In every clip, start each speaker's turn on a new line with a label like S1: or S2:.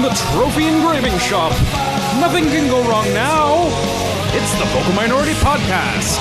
S1: the Trophy Engraving Shop. Nothing can go wrong now. It's the Vocal Minority Podcast.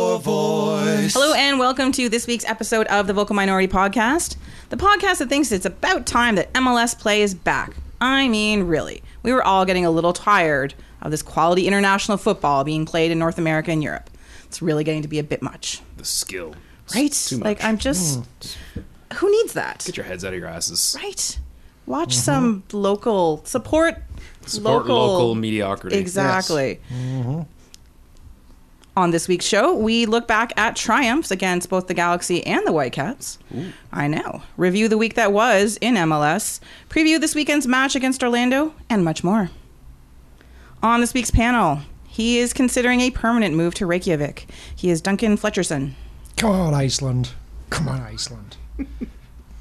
S2: Hello and welcome to this week's episode of the Vocal Minority Podcast, the podcast that thinks it's about time that MLS play is back. I mean, really, we were all getting a little tired of this quality international football being played in North America and Europe. It's really getting to be a bit much,
S1: The skill.
S2: right?
S1: It's Too much. Mm.
S2: Like, I'm just, who needs that?
S1: Get your heads out of your asses.
S2: Right? Watch some local support.
S1: Mm-hmm. Support local, mediocrity.
S2: Exactly. Mm-hmm. On this week's show, we look back at triumphs against both the Galaxy and the Whitecaps. I know. Review the week that was in MLS, preview this weekend's match against Orlando, and much more. On this week's panel, he is considering a permanent move to Reykjavik. He is Duncan Fletcherson.
S3: Come on, Iceland. Come on, Iceland.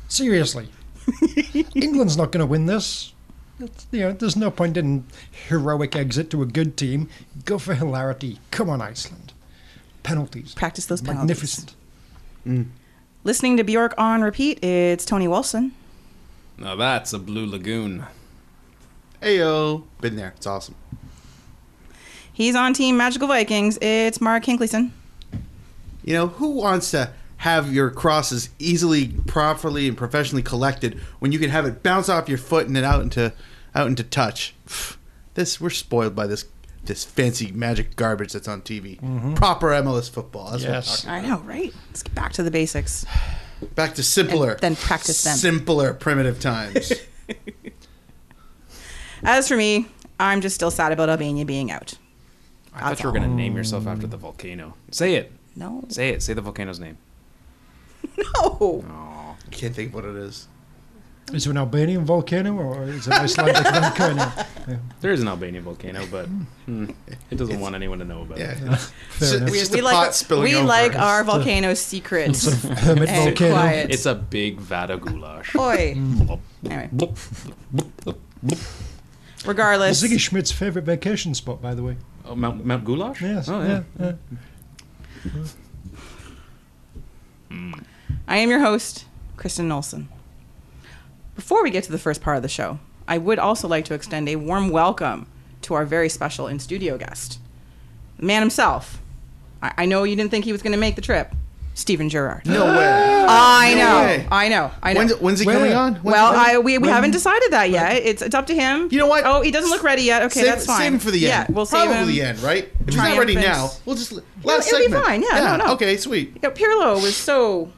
S3: Seriously. England's not going to win this. It's- you know, there's no point in heroic exit to a good team. Go for hilarity. Come on, Iceland. Penalties.
S2: Practice those penalties.
S3: Magnificent.
S2: Listening to Bjork on repeat, it's Tony Wilson.
S1: Now that's a blue lagoon.
S4: Ayo. Been there. It's awesome.
S2: He's on Team Magical Vikings. It's Mark Hinkleyson.
S4: You know, who wants to have your crosses easily, properly, and professionally collected when you can have it bounce off your foot and then out into out into touch? Pfft. This we're spoiled by this this fancy magic garbage that's on TV. Proper MLS football. That's what I'm
S3: Mm-hmm. Yes.
S2: I know, right? Let's get back to the basics.
S4: talking- Back to simpler.
S2: And then practice them.
S4: Simpler primitive times.
S2: As for me, I'm just still sad about Albania being out.
S1: I thought you were going to name yourself after the volcano. Say it.
S2: No.
S1: Say it. Say the volcano's name.
S2: No.
S4: Can't think what it is.
S3: Is it an Albanian volcano or is it an Icelandic volcano? Yeah,
S1: There is an Albanian volcano, but hmm, it doesn't want anyone to know about
S4: Yeah.
S1: it.
S3: fair
S4: So-
S3: enough.
S4: we- It's the pot spilling
S2: we
S4: over.
S2: like our
S3: It's the-
S2: volcanoes secret.
S3: Hermit
S2: and
S3: volcano.
S2: quiet. Oh.
S1: It's a big vat of goulash.
S2: Oi. anyway. Regardless,
S3: Ziggy Schmidt's favorite vacation spot, by the way.
S1: Oh, Mount, Mount Goulash?
S3: Yes.
S1: Oh,
S3: yeah, yeah.
S2: I am your host, Kristen Olson. Before we get to the first part of the show, I would also like to extend a warm welcome to our very special in studio guest, the man himself. I, I know you didn't think he was going to make the trip, Stephen Gerrard.
S4: No way.
S2: I
S4: No
S2: know.
S4: way.
S2: I know. I know.
S4: When's, when's it
S3: Where?
S4: coming on? When's
S2: well,
S4: it coming-
S2: I, we, we haven't decided that yet. It's it's up to him.
S4: You know what?
S2: Oh, he doesn't look ready yet. Okay,
S4: save,
S2: that's fine.
S4: Save him for the end.
S2: Yeah, we'll
S4: Probably
S2: save him.
S4: the end, right? If he's not ready
S2: Triumphant.
S4: now, we'll just last
S2: it'll be
S4: segment.
S2: fine. Yeah, no, no.
S4: Okay, sweet.
S2: Yeah, Pirlo was so.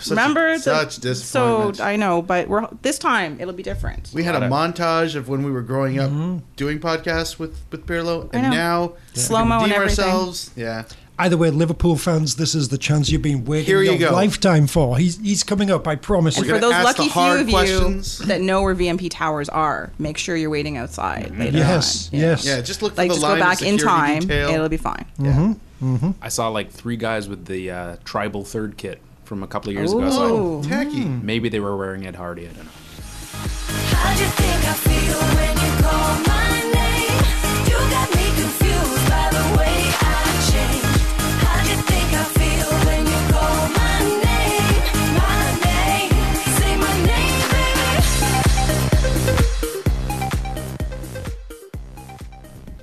S4: Such
S2: remember
S4: a, such
S2: So
S4: disappointment.
S2: I know, but we're this time it'll be different.
S4: we had a
S1: Gotta-
S4: montage of when we were growing up doing podcasts with with Pirlo, and
S2: know.
S4: now
S2: Slow-mo
S4: we
S2: and
S4: can redeem
S2: everything.
S4: ourselves. Yeah,
S3: Either way, Liverpool fans, this is the chance you've been waiting
S4: Here you
S3: your
S4: go.
S3: lifetime for. He's, he's coming up, I promise
S2: and
S3: you.
S2: for
S4: gonna
S2: those
S4: ask the
S2: lucky few
S4: hard
S2: of
S4: questions.
S2: you that know where VMP towers are, make sure you're waiting outside later
S3: Yes,
S2: on.
S3: yes.
S4: yeah. Just look for
S2: Like
S4: the
S2: just
S4: line
S2: go
S4: of
S2: back in
S4: security
S2: time.
S4: detail.
S2: It'll be fine.
S1: I saw like three guys with the uh, tribal third kit from a couple of years ago. So
S2: Ooh.
S4: tacky.
S1: maybe they were wearing Ed Hardy. I don't know.
S5: How do you think I feel when you call my name? You got me confused by the way I change. How do you think I feel when you call my name? My name, say my name, baby.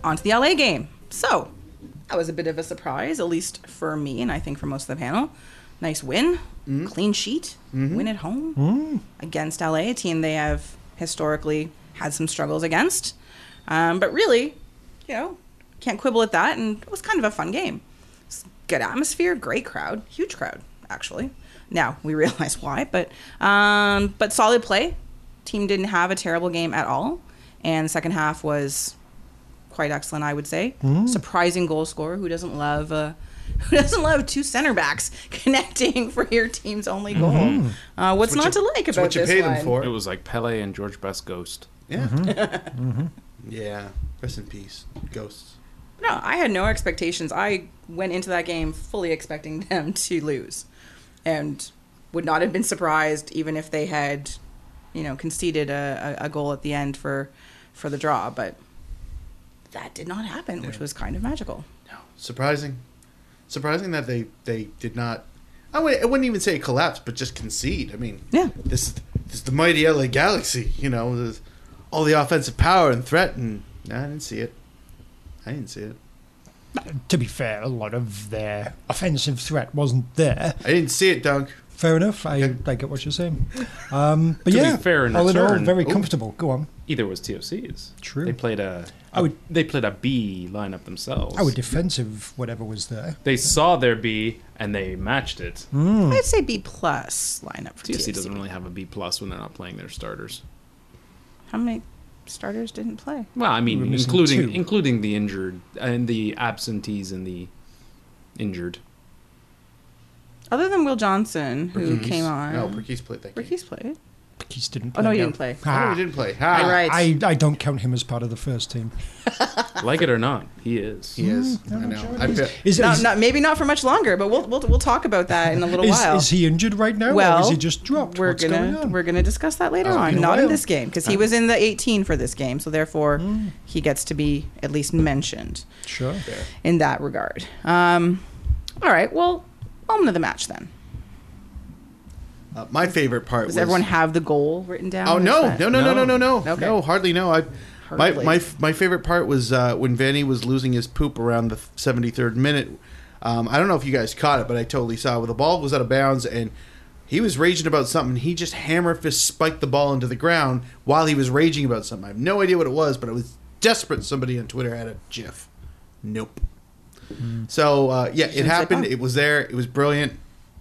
S2: On to the LA game. So that was a bit of a surprise, at least for me, and I think for most of the panel. Nice win, clean sheet, win at home against LA, a team they have historically had some struggles against. Um, but really, you know, can't quibble at that. And it was kind of a fun game. It's good atmosphere, great crowd, huge crowd actually. Now we realize why, but um, but solid play. Team didn't have a terrible game at all, and the second half was quite excellent, I would say.
S4: Hmm.
S2: Surprising goal scorer who doesn't love uh, who doesn't love two center backs connecting for your team's only goal. Uh, what's
S4: Mm-hmm. what
S2: not
S4: you-
S2: to like
S4: it's
S2: about
S4: what you
S2: this
S4: paid
S2: one?
S4: him for.
S1: It was like Pele and George Best Ghost.
S4: Yeah. yeah. Rest in peace, ghosts.
S2: No, I had no expectations. I went into that game fully expecting them to lose and would not have been surprised even if they had, you know, conceded a, a, a goal at the end for, for the draw. But that did not happen, which was kind of magical.
S4: Surprising, surprising that they they did not. I would I wouldn't even say collapse, but just concede. I mean,
S2: Yeah.
S4: this is this is the mighty LA Galaxy. You know, there's all the offensive power and threat, and nah, I didn't see it. I didn't see it.
S3: To be fair, a lot of their offensive threat wasn't there.
S4: I didn't see it, Dunk.
S3: Fair enough. I, I get what you're saying. Um, but
S1: To be
S3: yeah,
S1: fair in
S3: all in all,
S1: return-
S3: very
S1: Ooh.
S3: comfortable. Go on.
S1: Either was TOC's.
S3: True.
S1: They played a.
S3: I would-
S1: they played a B lineup themselves.
S3: Our defensive, whatever was there.
S1: They saw their B and they matched it.
S3: Hmm?
S2: I'd say B plus lineup for
S1: TFC
S2: TFC.
S1: doesn't really have a B plus when they're not playing their starters.
S2: How many starters didn't play?
S1: Well, I
S3: were
S1: mean,
S3: missing
S1: including
S3: two.
S1: including the injured and the absentees and the injured.
S2: Other than Will Johnson, who
S4: Ricky's-
S2: came on.
S4: No, Ricky's played that game.
S2: Ricky's played.
S3: Keys didn't
S2: Oh,
S3: play.
S2: no, he
S3: yeah.
S2: didn't play.
S4: Oh,
S3: Ah,
S4: he didn't play. Ha!
S2: You're right.
S3: I, I don't count him as part of the first team.
S1: Like it or not, he is.
S4: He is.
S3: No,
S4: Mm, I
S3: I'm
S4: know.
S3: sure
S4: I
S3: it is.
S4: feel,
S3: Is,
S2: Not,
S3: is-
S2: not, maybe not for much longer, but we'll, we'll, we'll talk about that in a little
S3: is-
S2: while.
S3: is he injured right now, or
S2: well,
S3: is he just dropped?
S2: We're
S3: What's
S2: gonna
S3: going on? Oh,
S2: we're gonna discuss that later on.
S3: been a
S2: Not in
S3: while.
S2: this game because he was in the 18 for this game, so therefore
S3: Oh.
S2: he gets to be at least mentioned
S3: Sure.
S2: in that regard. Um, all right, well, moment of the match then.
S4: uh, my favorite part
S2: Does
S4: was
S2: everyone have the goal written down?
S4: Oh
S2: Is
S4: no,
S2: that-
S4: no, no, no, no, no, no,
S2: Okay.
S4: no, hardly no. I, my,
S2: Hardly.
S4: my, f- my favorite part was uh, when Vanny was losing his poop around the seventy third minute. Um, I don't know if you guys caught it, but I totally saw it. Well, the ball was out of bounds, and he was raging about something. He just hammer fist spiked the ball into the ground while he was raging about something. I have no idea what it was, but I was desperate. Somebody on Twitter had a GIF. Nope. So uh, yeah, it
S2: like
S4: happened.
S2: that.
S4: It was there. It was brilliant,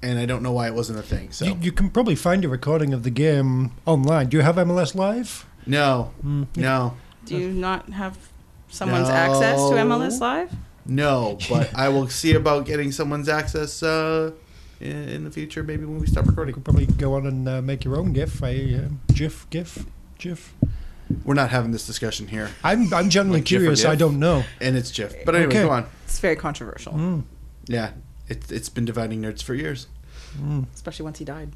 S4: and I don't know why it wasn't a thing. So
S3: You, you can probably find a recording of the game online. Do you have MLS Live?
S4: no, no.
S2: Do you not have someone's
S4: No.
S2: access to MLS Live?
S4: No, but I will see about getting someone's access uh, in, in the future, maybe when we stop
S3: You
S4: recording.
S3: could probably go on and uh, make your own GIF, a uh, GIF, GIF, GIF.
S4: We're not having this discussion here,
S3: I'm I'm generally
S1: Like GIF or
S3: curious. I
S1: GIF?
S3: don't know.
S4: and it's Jeff. But anyway,
S3: Okay.
S4: go on.
S2: It's very controversial,
S3: Mm.
S4: Yeah, it, it's been dividing nerds for years.
S2: especially once he died.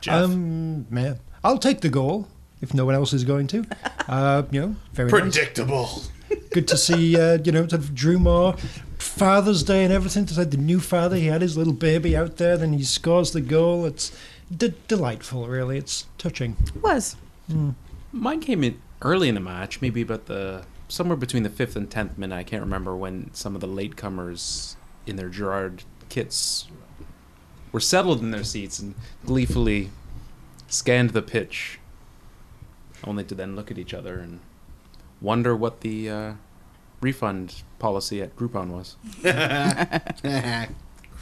S1: Jeff.
S3: Um, man, I'll take the goal if no one else is going to. Uh, you know, very nice.
S4: Predictable.
S3: good to see. Uh, you know, to have Drew Moore, Father's Day and everything. To say the new father, he had his little baby out there, then he scores the goal. It's d- delightful, really. It's touching.
S2: Was
S1: Mine came in early in the match, maybe about the somewhere between the fifth and tenth minute. I can't remember when some of the latecomers in their Gerard kits were settled in their seats and gleefully scanned the pitch, only to then look at each other and wonder what the uh, refund policy at Groupon was.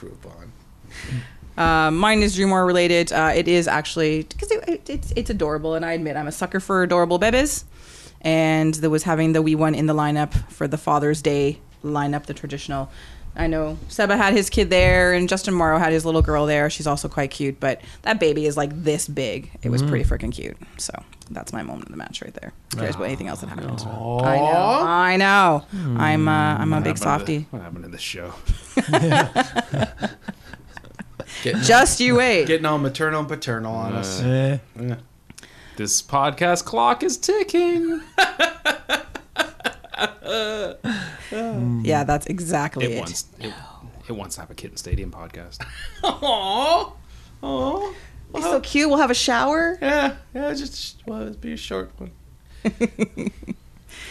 S4: Groupon.
S2: Uh, mine is Dreammore related. Uh, it is actually because it, it, it's it's adorable, and I admit I'm a sucker for adorable bebes. And there was having the wee one in the lineup for the Father's Day lineup, the traditional. I know Seba had his kid there, and Justin Morrow had his little girl there. She's also quite cute, but that baby is like this big. It was
S1: Mm.
S2: pretty freaking cute. So that's my moment of the match right there. There's what anything else that happened. I know. I know. I'm uh, I'm a big softy.
S1: Hmm. What happened to this show?
S4: Getting,
S2: Just you wait.
S4: getting all maternal and paternal on us.
S3: Uh,
S1: This podcast clock is ticking.
S2: yeah, that's exactly
S1: Mm-hmm. It
S2: it.
S1: wants it, it wants to have a kitten stadium podcast.
S4: Aww. Aww.
S2: It's so cute. We'll have a shower.
S4: Yeah, yeah, just, well, it'd be a short one. Be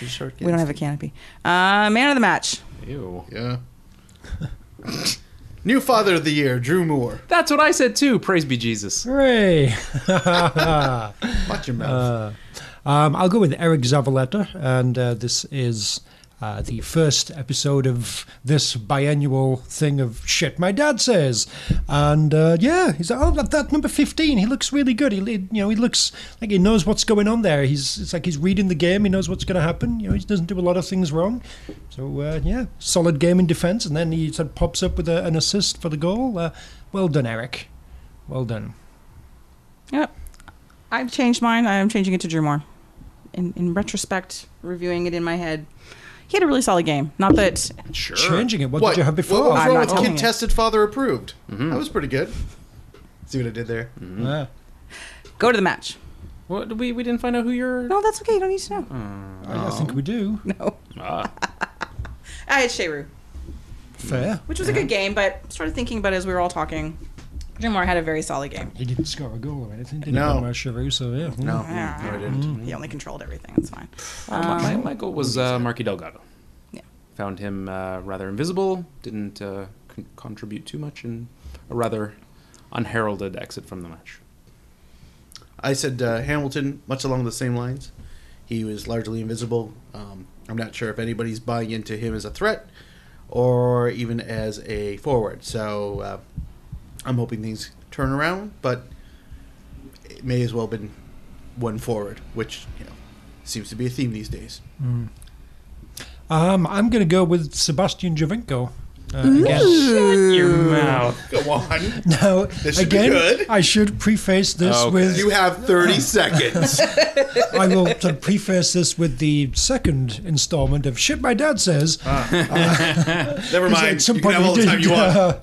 S4: a short
S2: We don't have a canopy. Uh, man of the match.
S1: Ew.
S4: Yeah. New father of the year, Drew Moore.
S1: That's what I said too. Praise be Jesus.
S3: hooray!
S4: Watch your mouth.
S3: Um, I'll go with Eric Zavaleta, and uh, this is uh, the first episode of this biennial thing of shit my dad says. And uh, yeah, he's like, oh, that, that number fifteen. He looks really good. He, li- you know, he looks like he knows what's going on there. He's it's like he's reading the game. He knows what's going to happen. You know, he doesn't do a lot of things wrong. So uh, yeah, solid game in defence, and then he sort of pops up with a, an assist for the goal. Uh, well done, Eric. Well done.
S2: Yep. I've changed mine. I'm changing it to Drew Moore. In, in retrospect, reviewing it in my head, he had a really solid game. Not that
S1: Sure.
S3: Changing it. What, did you have before?
S4: What was
S2: I'm
S4: wrong
S2: not
S4: with
S2: telling
S4: kid
S2: you.
S4: tested, father approved?
S3: Mm-hmm.
S4: That was pretty good. See what I did there?
S3: Ah.
S2: go to the match.
S1: What we we didn't find out who you're.
S2: No, that's okay. You don't need to know.
S1: Mm.
S3: I, I think we do.
S2: No.
S1: Ah.
S2: I had Sheru,
S3: Fair.
S2: which was
S1: Uh-huh.
S2: a good game, but started thinking about it as we were all talking. Jamar had a very solid game.
S3: He didn't score a goal or anything. Didn't
S4: No.
S3: no. Cheru, so yeah.
S4: No, no, I didn't.
S2: He only controlled everything. It's fine.
S1: Mm-hmm. my, my, my goal was uh, Marky Delgado.
S2: Um, Yeah.
S1: Found him uh, rather invisible. Didn't uh, con- contribute too much, and a rather unheralded exit from the match.
S4: I said uh, Hamilton, much along the same lines. He was largely invisible. Um, I'm not sure if anybody's buying into him as a threat or even as a forward. So uh, I'm hoping things turn around, but it may as well have been one forward, which you know seems to be a theme these days.
S3: Um, I'm going to go with Sebastian Javinko. Uh, again.
S1: Your mouth.
S4: Go on.
S3: No,
S4: This should be
S3: again,
S4: good.
S3: I should preface this
S1: Okay.
S3: with
S4: You have 30 seconds.
S3: I will sort of preface this with the second installment of shit my dad says.
S4: Never
S3: Because
S4: mind. you can have all the
S3: he
S4: time you
S3: did,
S4: want.
S3: uh,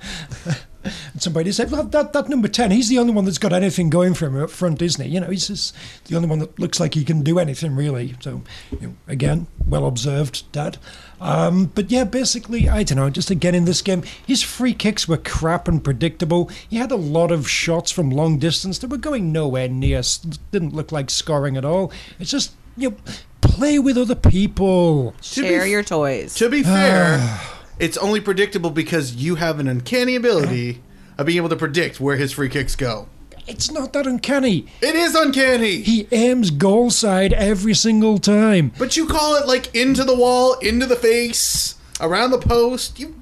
S3: at some point he said, "Well, that, that number ten, he's the only one that's got anything going for him up front, isn't he? You know, he's just the only one that looks like he can do anything really." So, you know, again, well observed, Dad. Um, but yeah, basically, I don't know. Just again in this game, his free kicks were crap and predictable. He had a lot of shots from long distance that were going nowhere near. s- Didn't look like scoring at all. It's just you know, play with other people.
S4: To be
S2: Share
S4: f-
S2: your toys.
S4: To be fair, it's only predictable because you have an uncanny ability of being able to predict where his free kicks go.
S3: It's not that uncanny.
S4: It is uncanny,
S3: He aims goal side every single time.
S4: but you call it like into the wall, into the face, around the post. You,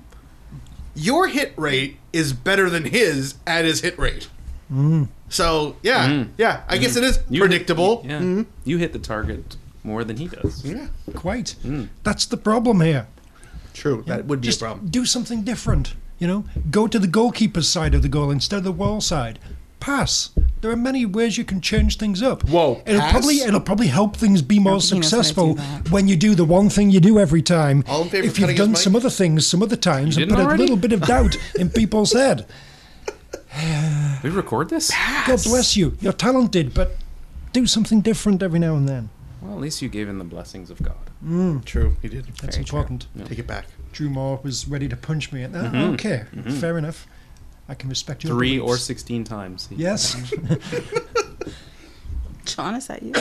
S4: your hit rate is better than his at his hit rate. Mm. So yeah, yeah. I guess it is predictable. Mm.
S1: Yeah.
S3: Mm-hmm.
S1: You hit the target more than he does.
S4: yeah.
S3: Quite. That's the problem here.
S4: true. That Hmm. would be
S3: Just
S4: a problem.
S3: do something different. You know, go to the goalkeeper's side of the goal instead of the wall side. Pass. There are many ways you can change things up.
S4: Whoa,
S3: It'll
S4: pass?
S3: probably it'll probably help things be more
S2: Martino's gonna do
S3: successful
S2: that.
S3: when you do the one thing you do every time.
S4: All in favor of
S3: if you've
S4: cutting his
S3: done
S4: mic?
S3: some other things some other times and
S1: didn't
S3: put
S1: already?
S3: a little bit of doubt in people's head.
S1: Did we record this?
S3: God bless you. You're talented, but do something different every now and then.
S1: Well, at least you gave him the blessings of God.
S4: True. He did.
S3: That's important.
S4: Take it back.
S3: Drew Moore was ready to punch me. And, "Ah, Okay, fair enough. I can respect your
S1: Mm-hmm. Three or
S3: beliefs."
S1: sixteen times. He-
S3: Yes.
S2: John, is that you?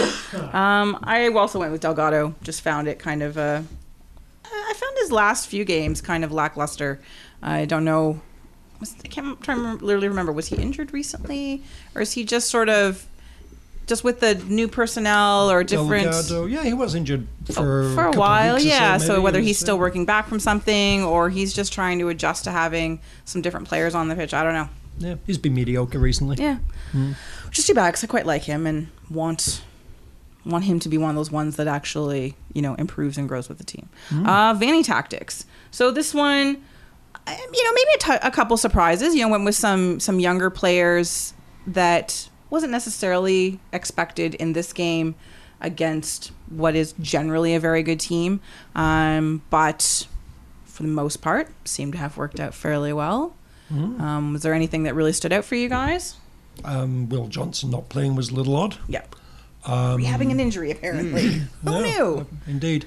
S2: um, I also went with Delgado. Just found it kind of. Uh, I found his last few games kind of lackluster. I don't know. Was, I can't try to remember, literally remember. Was he injured recently, or is he just sort of just with the new personnel or different? Oh,
S3: Delgado. Yeah, he was injured for,
S2: for, a
S3: couple of
S2: while,
S3: weeks or
S2: yeah. So,
S3: maybe.
S2: whether
S3: It was,
S2: he's still
S3: uh,
S2: working back from something or he's just trying to adjust to having some different players on the pitch, I don't know.
S3: Yeah, he's been mediocre recently.
S2: Yeah, which is too bad because I quite like him and want want him to be one of those ones that actually you know improves and grows with the team. Uh, Vanny tactics. So this one, I- you know, maybe a tou- a couple surprises. You know, went with some some younger players that wasn't necessarily expected in this game against what is generally a very good team, um, but for the most part seemed to have worked out fairly well. Um, was there anything that really stood out for you guys?
S3: Um, Will Johnson not playing was a little odd.
S2: Yep. Having an injury, apparently.
S4: Mm.
S2: Who
S3: No,
S2: knew?
S3: Indeed.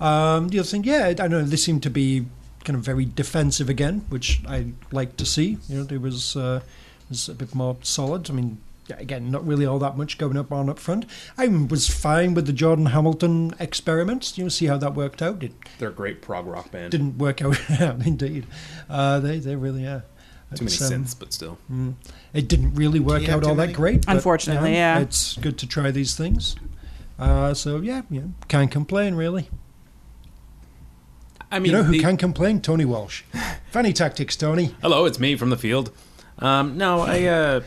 S3: Um, the other thing, yeah, I know they seem to be kind of very defensive again, which I like to see. You know, there was uh, was a bit more solid. I mean, yeah, again, not really all that much going up on up front. I was fine with the Jordan Hamilton experiment. You know, see how that worked out. It
S1: They're a great prog rock band.
S3: didn't work out. Indeed, uh, they they really are.
S1: Too many
S3: It's, um,
S1: synths, but still.
S3: it didn't really work
S4: you have
S3: out
S4: too
S3: all
S4: many?
S3: that great. but,
S2: Unfortunately,
S3: you know,
S2: yeah.
S3: It's good to try these things. Uh, so yeah, yeah, can't complain really.
S1: I mean,
S3: You know who
S1: the-
S3: can complain? Tony Walsh. Fanny tactics, Tony.
S1: Hello, it's me from the field. Um, no, I. Uh,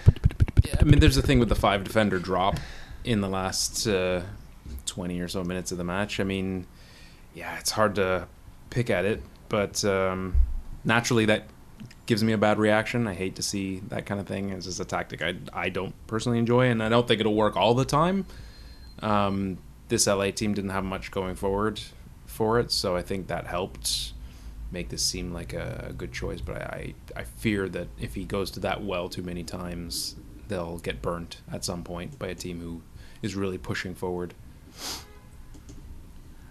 S1: I mean, there's a thing with the five defender drop in the last uh, 20 or so minutes of the match. I mean, yeah, it's hard to pick at it, but um, naturally that gives me a bad reaction. I hate to see that kind of thing. It's just a tactic I, I don't personally enjoy, and I don't think it'll work all the time. Um, this LA team didn't have much going forward for it, so I think that helped make this seem like a good choice. But I, I, I fear that if he goes to that well too many times, they'll get burnt at some point by a team who is really pushing forward.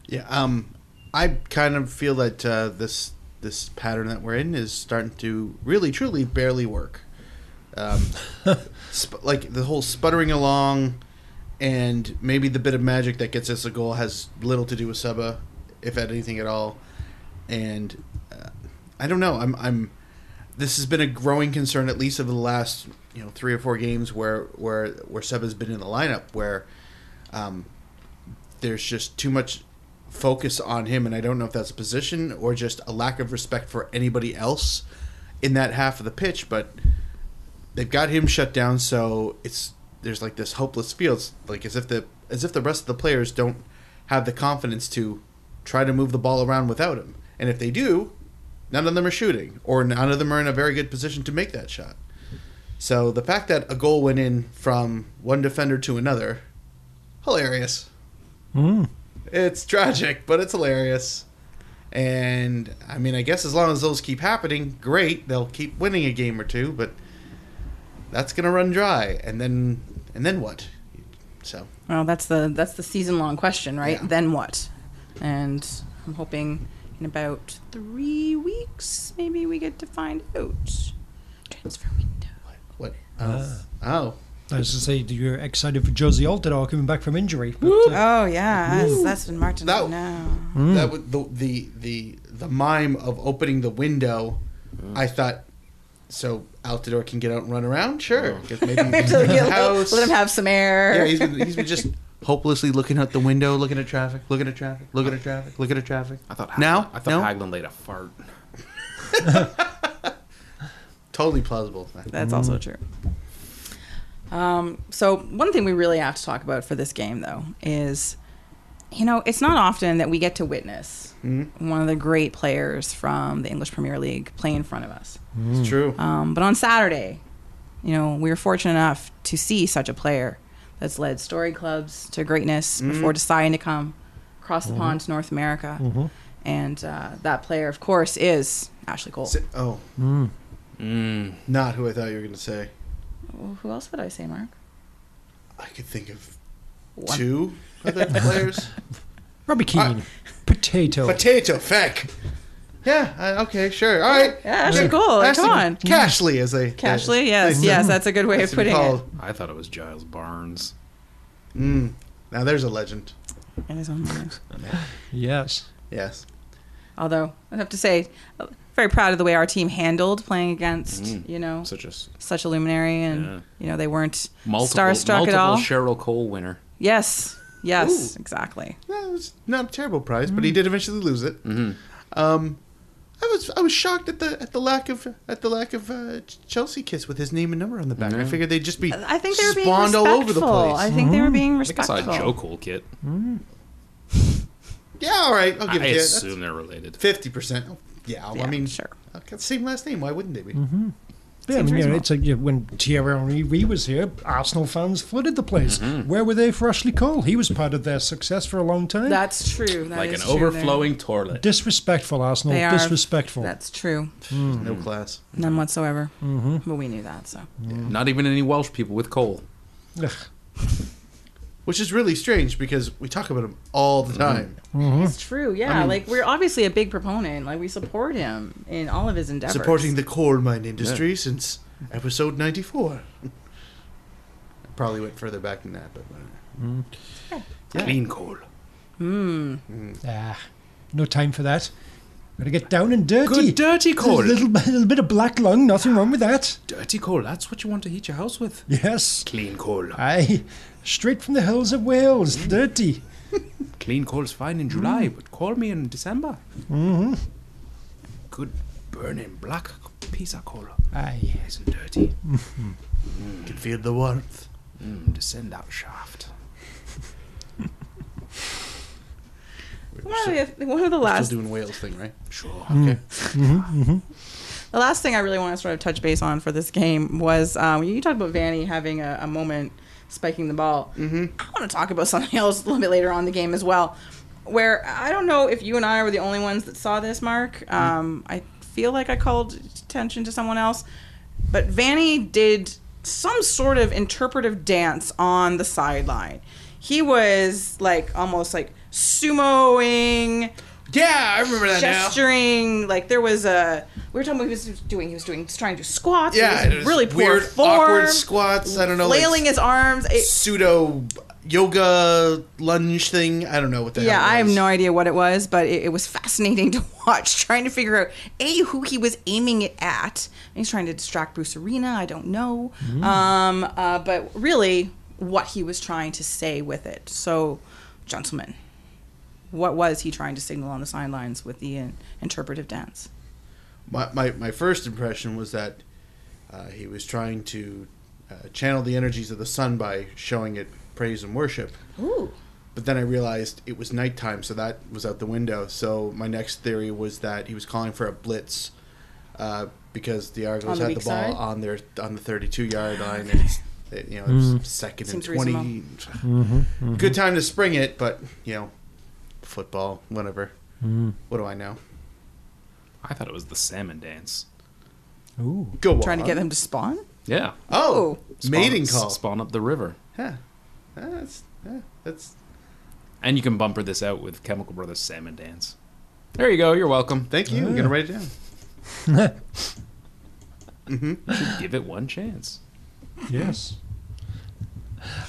S4: Yeah, um, I kind of feel that uh, this this pattern that we're in is starting to really, truly, barely work. Um, sp- like the whole sputtering along, and maybe the bit of magic that gets us a goal has little to do with Suba, if at anything at all. And uh, I don't know. I'm I'm. This has been a growing concern, at least over the last you know three or four games where where where Suba's been in the lineup, where um, there's just too much focus on him, and I don't know if that's a position or just a lack of respect for anybody else in that half of the pitch. But they've got him shut down, so it's there's like this hopeless feel. It's like as if the as if the rest of the players don't have the confidence to try to move the ball around without him, and if they do, none of them are shooting, or none of them are in a very good position to make that shot. So the fact that a goal went in from one defender to another, hilarious. It's tragic, but it's hilarious. And I mean, I guess as long as those keep happening, great. They'll keep winning a game or two, but that's gonna run dry. And then, and then what? So
S2: Well, that's the that's the season long question, right?
S4: Yeah.
S2: Then what? And I'm hoping in about three weeks, maybe we get to find out. Transfer window.
S4: what? Oh,
S2: Ah.
S4: oh.
S3: I was to say, you're excited for Josie Altidore coming back from injury. But, uh,
S2: Oh yeah, that's, that's been marked
S4: That-
S2: now.
S4: that was the, the the the mime of opening the window.
S2: Hmm.
S4: I thought. So Altidore can get out and run around, sure. 'cause Maybe he's
S2: So
S4: in the
S2: get-
S4: house.
S2: Oh. Let him have some air.
S4: Yeah, he's been, he's been just hopelessly looking out the window, looking at traffic, looking at traffic, looking at traffic, looking at traffic.
S1: I thought
S4: now,
S1: I
S4: no,
S1: thought Haglund laid a fart.
S4: totally plausible.
S2: That's also true. Um, so one thing we really have to talk about for this game, though, is you know it's not often that we get to witness one of the great players from the English Premier League play in front of us.
S4: It's true.
S2: Um, but on Saturday, you know, we were fortunate enough to see such a player that's led story clubs to greatness before deciding to come across the pond to North America. And uh, that player, of course, is Ashley Cole.
S4: Si- oh,
S1: Mm.
S4: not who I thought you were going to say.
S2: Well, Who else would I say, Mark?
S4: I could think of
S2: One.
S4: two other players.
S3: Robbie Keane, potato.
S4: Potato feck. Yeah. I, okay. Sure. All right.
S2: Yeah, Ashley Cole. like,
S4: Ashley-
S2: come on.
S4: Cashly, as they
S2: Cashly, yes, yes, that's a good way
S4: Mm. That's
S2: of
S4: what
S2: putting
S4: we
S2: it.
S4: call-
S1: I thought it was Giles Barnes.
S4: Mm, now there's a legend.
S2: In his own mind.
S3: Yes.
S4: Yes.
S2: Although I'd have to say, uh, very proud of the way our team handled playing against
S1: Mm.
S2: you know
S1: Such a s-
S2: such a luminary, and
S1: Yeah.
S2: you know they weren't
S1: multiple,
S2: starstruck
S1: multiple
S2: at all.
S1: Cheryl Cole winner.
S2: Yes, yes, exactly.
S4: No, it was not a terrible prize, but he did eventually lose it. Um, I was I was shocked at the at the lack of at the lack of uh, Ch- Chelsea kiss with his name and number on the back. I
S1: Yeah.
S4: figured they'd just be
S2: I think they were being
S4: spawned
S2: respectful.
S4: all over the place.
S2: I think they were being
S1: I think I
S2: respectful.
S1: saw a Joe Cole kit.
S4: yeah, all right, I'll give
S1: I
S4: it to you.
S1: assume they're related.
S4: Fifty percent. Oh, Yeah, well,
S2: Yeah,
S4: I mean,
S2: sure.
S4: uh, Same last name. Why wouldn't they be?
S3: Yeah, I mean, you know,
S2: reasonable.
S3: it's like you know, when Thierry Henry Ree was here, Arsenal fans flooded the place. Where were they for Ashley Cole? He was part of their success for a long time.
S2: That's true. That
S1: Like
S2: is
S1: an
S2: true there.
S1: overflowing toilet.
S3: disrespectful, Arsenal.
S2: They are-
S3: disrespectful.
S2: That's true.
S4: No class.
S2: None whatsoever. But we knew that, so
S1: Not even any Welsh people with coal.
S3: Ugh.
S4: Which is really strange because we talk about him all the time.
S2: it's true. Yeah, like we're obviously a big proponent. Like we support him in all of his endeavors.
S4: Supporting the coal mine industry since episode ninety four. Probably went further back than that, but whatever.
S1: Clean coal.
S3: Ah, no time for that. Gotta get down and dirty.
S1: Good dirty coal.
S3: Little, little bit of black lung, nothing wrong with that.
S1: Dirty coal. That's what you want to heat your house with.
S3: Yes.
S1: Clean coal.
S3: Aye. Straight from the hills of Wales. Dirty.
S1: Clean coal's fine in July,
S3: Mm.
S1: but call me in December. Mm-hmm. Good burning black piece of coal.
S3: Aye.
S1: Nice and dirty.
S4: Can feel the warmth.
S1: Mm, descend that shaft.
S2: One of the, one of the last
S4: Still doing Wales thing, right?
S1: Sure.
S3: Mm.
S2: The last thing I really want to sort of touch base on for this game was um, you talked about Vanny having a, a moment spiking the ball. Mm-hmm. I want to talk about something else a little bit later on in the game as well, where I don't know if you and I were the only ones that saw this, Mark. Um, I feel like I called attention to someone else, but Vanny did some sort of interpretive dance on the sideline. He was like almost like sumoing,
S4: Yeah, I remember that now.
S2: gesturing. Like there was a we were talking about what he was doing. He was doing trying to squat.
S4: Yeah,
S2: it
S4: it was
S2: was really poor
S4: weird,
S2: form.
S4: awkward squats. I don't know, like-
S2: flailing his arms. It-
S4: Pseudo yoga lunge thing. I don't know what the
S2: Yeah,
S4: hell it
S2: I have
S4: was.
S2: no idea what it was, but it, it was fascinating to watch, trying to figure out a who he was aiming it at. He's trying to distract Bruce Arena. I don't know,
S4: Mm.
S2: um, uh, but really, what he was trying to say with it. So, gentlemen, what was he trying to signal on the sidelines with the uh, interpretive dance?
S4: my, my, my first impression was that uh, he was trying to uh, channel the energies of the sun by showing it praise and worship.
S2: Ooh,
S4: But then I realized it was nighttime, so that was out the window. So my next theory was that he was calling for a blitz uh, because the Argos
S2: On the
S4: had the
S2: weak
S4: ball
S2: side? Ah,
S4: on their on the 32 yard line, and it's, it, you know it was
S1: Mm-hmm.
S4: second
S2: Seems
S4: and 20. Good time to spring it, but you know, football, whatever.
S1: Mm-hmm.
S4: What do I know?
S1: I thought it was the salmon dance.
S3: Ooh.
S4: Go
S2: trying to
S4: on.
S2: get them to spawn.
S1: Yeah.
S4: Oh,
S1: Spawn-
S4: mating
S1: s-
S4: call.
S1: Spawn up the river.
S4: Yeah, Yeah, that's yeah, that's.
S1: And you can bumper this out with Chemical Brothers Salmon Dance. There you go. Oh, You're welcome.
S4: Thank you. I'm
S3: Yeah.
S4: gonna write it down.
S1: Give it one chance.
S3: Yes.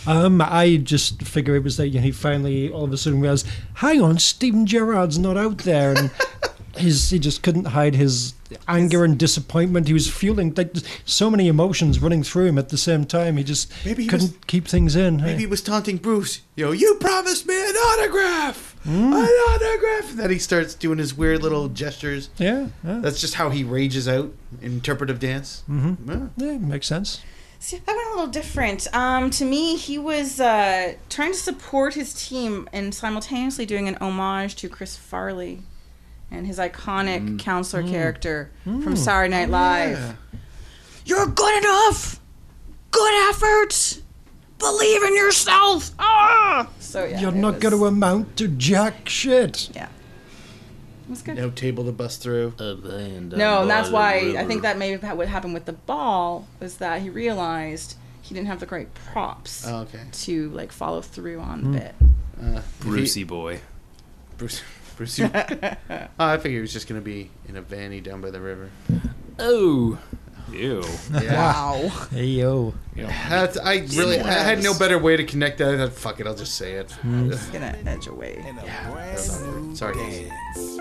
S3: Um, I just figure it was that you know, he finally all of a sudden realized, hang on, Stephen Gerrard's not out there, and his he just couldn't hide his anger and disappointment. He was fueling like so many emotions running through him at the same time. He just
S4: Maybe he
S3: couldn't
S4: was-
S3: keep things in.
S4: Maybe he
S3: Maybe
S4: was taunting Bruce. Yo, you promised me an autograph. An autograph. And then he starts doing his weird little gestures.
S3: yeah, yeah,
S4: That's just how he rages out in interpretive dance. Mm-hmm.
S3: yeah, makes sense.
S2: See, I went a little different. Um, to me, he was uh, trying to support his team and simultaneously doing an homage to Chris Farley and his iconic
S3: Mm.
S2: counselor character from Saturday Night Live. You're good enough. Good effort. Believe in yourself. Ah. So yeah,
S3: You're
S2: it
S3: not
S2: was-
S3: going to amount to jack shit.
S2: Yeah. It was good.
S4: No table to bust through.
S2: No, and that's why I think that maybe that what happened with the ball is that he realized he didn't have the great props
S4: Oh,
S3: Uh.
S4: okay.
S2: to like follow through on
S3: Mm.
S2: the bit.
S1: Brucey boy.
S4: Bruce. Bruce. you- oh, I figured he was just going to be in a vanny down by the river.
S1: Oh. Ew.
S4: Yeah.
S2: Wow.
S3: Hey yo,
S4: That's, I really I had no better way to connect that. I thought, fuck it, I'll just say it.
S2: Gonna edge away.
S4: That was awkward. Sorry. guys.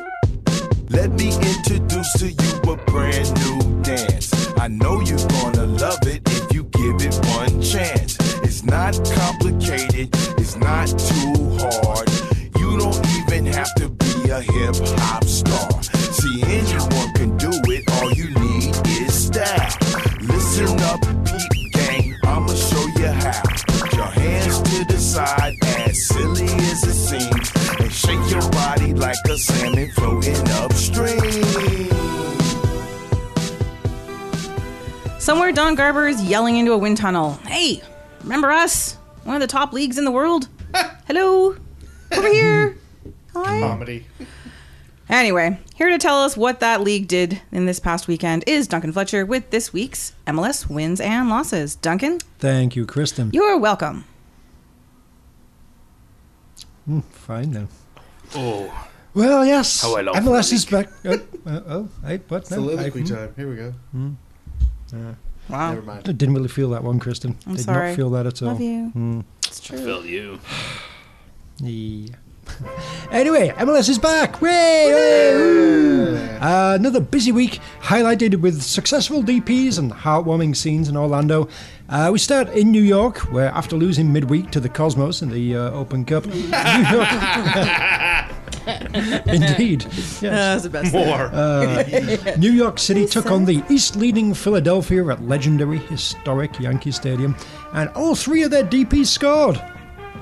S6: Let me introduce to you a brand new dance. I know you're gonna love it if you give it one chance. It's not complicated, it's not too hard. You don't even have to be a hip hop star. See, anyone can do it, all you need is style. Listen up, peep gang, I'ma show you how. Put your hands to the side, as silly as it seems, and shake your body like a salmon floating upstream.
S2: Somewhere Don Garber is yelling into a wind tunnel. Hey, remember us? One of the top leagues in the world? Hello? Over here. Hi.
S4: Comedy.
S2: Anyway, here to tell us what that league did in this past weekend is Duncan Fletcher with this week's MLS wins and losses. Duncan,
S3: thank you, Kristen.
S2: you're welcome.
S3: Hmm, Fine then.
S1: Oh.
S3: Well, yes.
S1: How I love
S3: MLS is back. Oh, uh, oh, I, what? No, I,
S4: Soliloquy
S3: hmm.
S4: time. Here we go.
S2: Wow.
S4: Never mind.
S3: I didn't really feel that one, Kristen.
S2: I'm
S3: Did
S2: sorry.
S3: not feel that at all.
S2: Love you. It's true.
S1: Fill you.
S3: Yeah. anyway, MLS is back. Way! Uh, another busy week highlighted with successful DPs and heartwarming scenes in Orlando. Uh, we start in New York, where after losing midweek to the Cosmos in the uh, Open Cup, New York- indeed, yes.
S2: That's the best.
S4: More.
S3: New York City took on the east leading Philadelphia at legendary, historic Yankee Stadium, and all three of their DPs scored.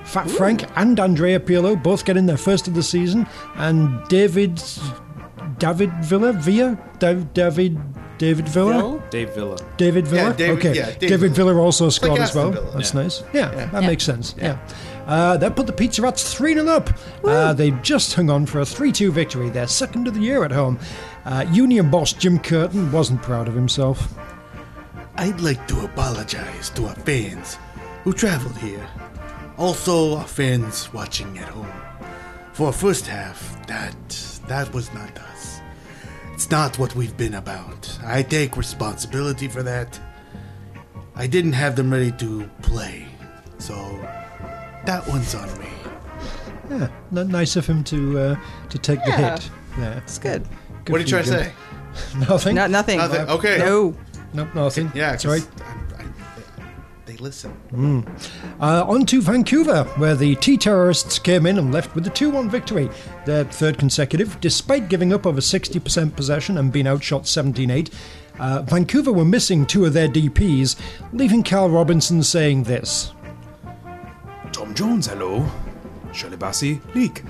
S3: Fat Frank and Andrea Pirlo both getting their first of the season, and David. David Villa? Villa? Da- David. David Villa?
S1: Dave Villa.
S3: David Villa.
S4: Yeah, David-
S3: okay,
S4: yeah, David
S3: David, Villa also scored
S4: like
S3: as well.
S4: Aston Villa.
S3: That's
S1: Yeah.
S3: nice. Yeah, that makes sense. Yeah. Uh, that put the Pizza Rats 3 0 up. Uh, they just hung on for a 3 2 victory, their second of the year at home. Uh, Union boss Jim Curtin wasn't proud of himself.
S4: I'd like to apologize to our fans who traveled here Also, our fans watching at home. For our first half, that that was not us. It's not what we've been about. I take responsibility for that. I didn't have them ready to play, so that one's on me.
S3: Yeah, n- nice of him to uh, to take
S2: Yeah.
S3: the hit. There.
S2: It's good.
S3: Good
S4: what are you
S3: for
S4: trying to
S3: Jim.
S4: say?
S3: Nothing.
S2: No, nothing.
S4: Nothing. Okay. Uh,
S2: No.
S3: Nope, nothing.
S4: Yeah,
S3: sorry.
S4: 'cause I, I, they listen.
S3: Uh, on to Vancouver, where the Tea Terrorists came in and left with a 2 1 victory, their third consecutive, despite giving up over 60% possession and being outshot 17 8. Uh, Vancouver were missing two of their DPs, leaving Carl Robinson saying this.
S1: Tom Jones, hello. Shalibasi, leak.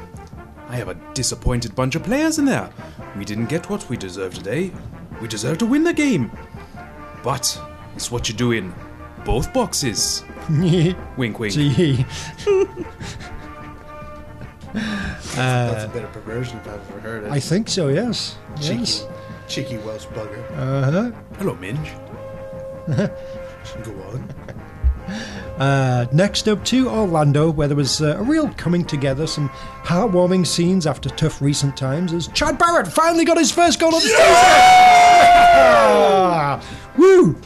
S1: I have a disappointed bunch of players in there. We didn't get what we deserved today. We deserve to win the game. But it's what you do in both boxes. Wink, wink.
S3: Gee.
S4: That's a better perversion if I've ever heard it.
S3: Uh, I think so, yes.
S4: cheeky,
S3: Yes. Uh-huh.
S4: cheeky Welsh bugger.
S3: Uh,
S1: Hello, Minge.
S4: Go on.
S3: Uh, next up to Orlando, where there was uh, a real coming together, some heartwarming scenes after tough recent times, as Chad Barrett finally got his first goal of the season! Woo!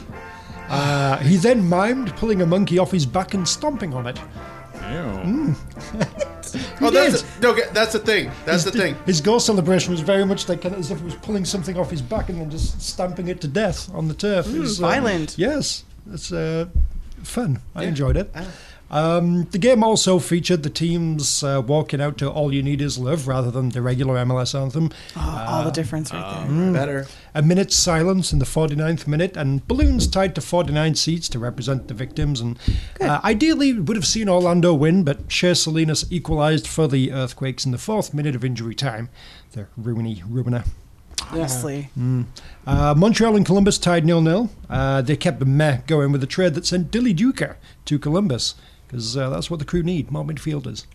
S3: Uh, he then mimed pulling a monkey off his back and stomping on it.
S4: Oh, that's
S3: did.
S4: a, no, okay, that's the thing. That's the thing.
S3: His goal celebration was very much like as if he was pulling something off his back and then just stamping it to death on the turf. It was, uh,
S2: violent.
S3: yes, it's uh, fun. I enjoyed it. Um, the game also featured the teams uh, walking out to "All You Need Is Love" rather than the regular MLS anthem.
S2: Oh, all the difference right there.
S4: Better.
S3: A minute's silence in the 49th minute, and balloons tied to 49 seats to represent the victims. And uh, ideally, we would have seen Orlando win, but Cher Salinas equalised for the Earthquakes in the fourth minute of injury time. The ruiny ruiner.
S2: Honestly.
S3: Uh, Montreal and Columbus tied nil nil. Uh, they kept the meh going with a trade that sent Dilly Duca to Columbus because uh, that's what the crew need more midfielders.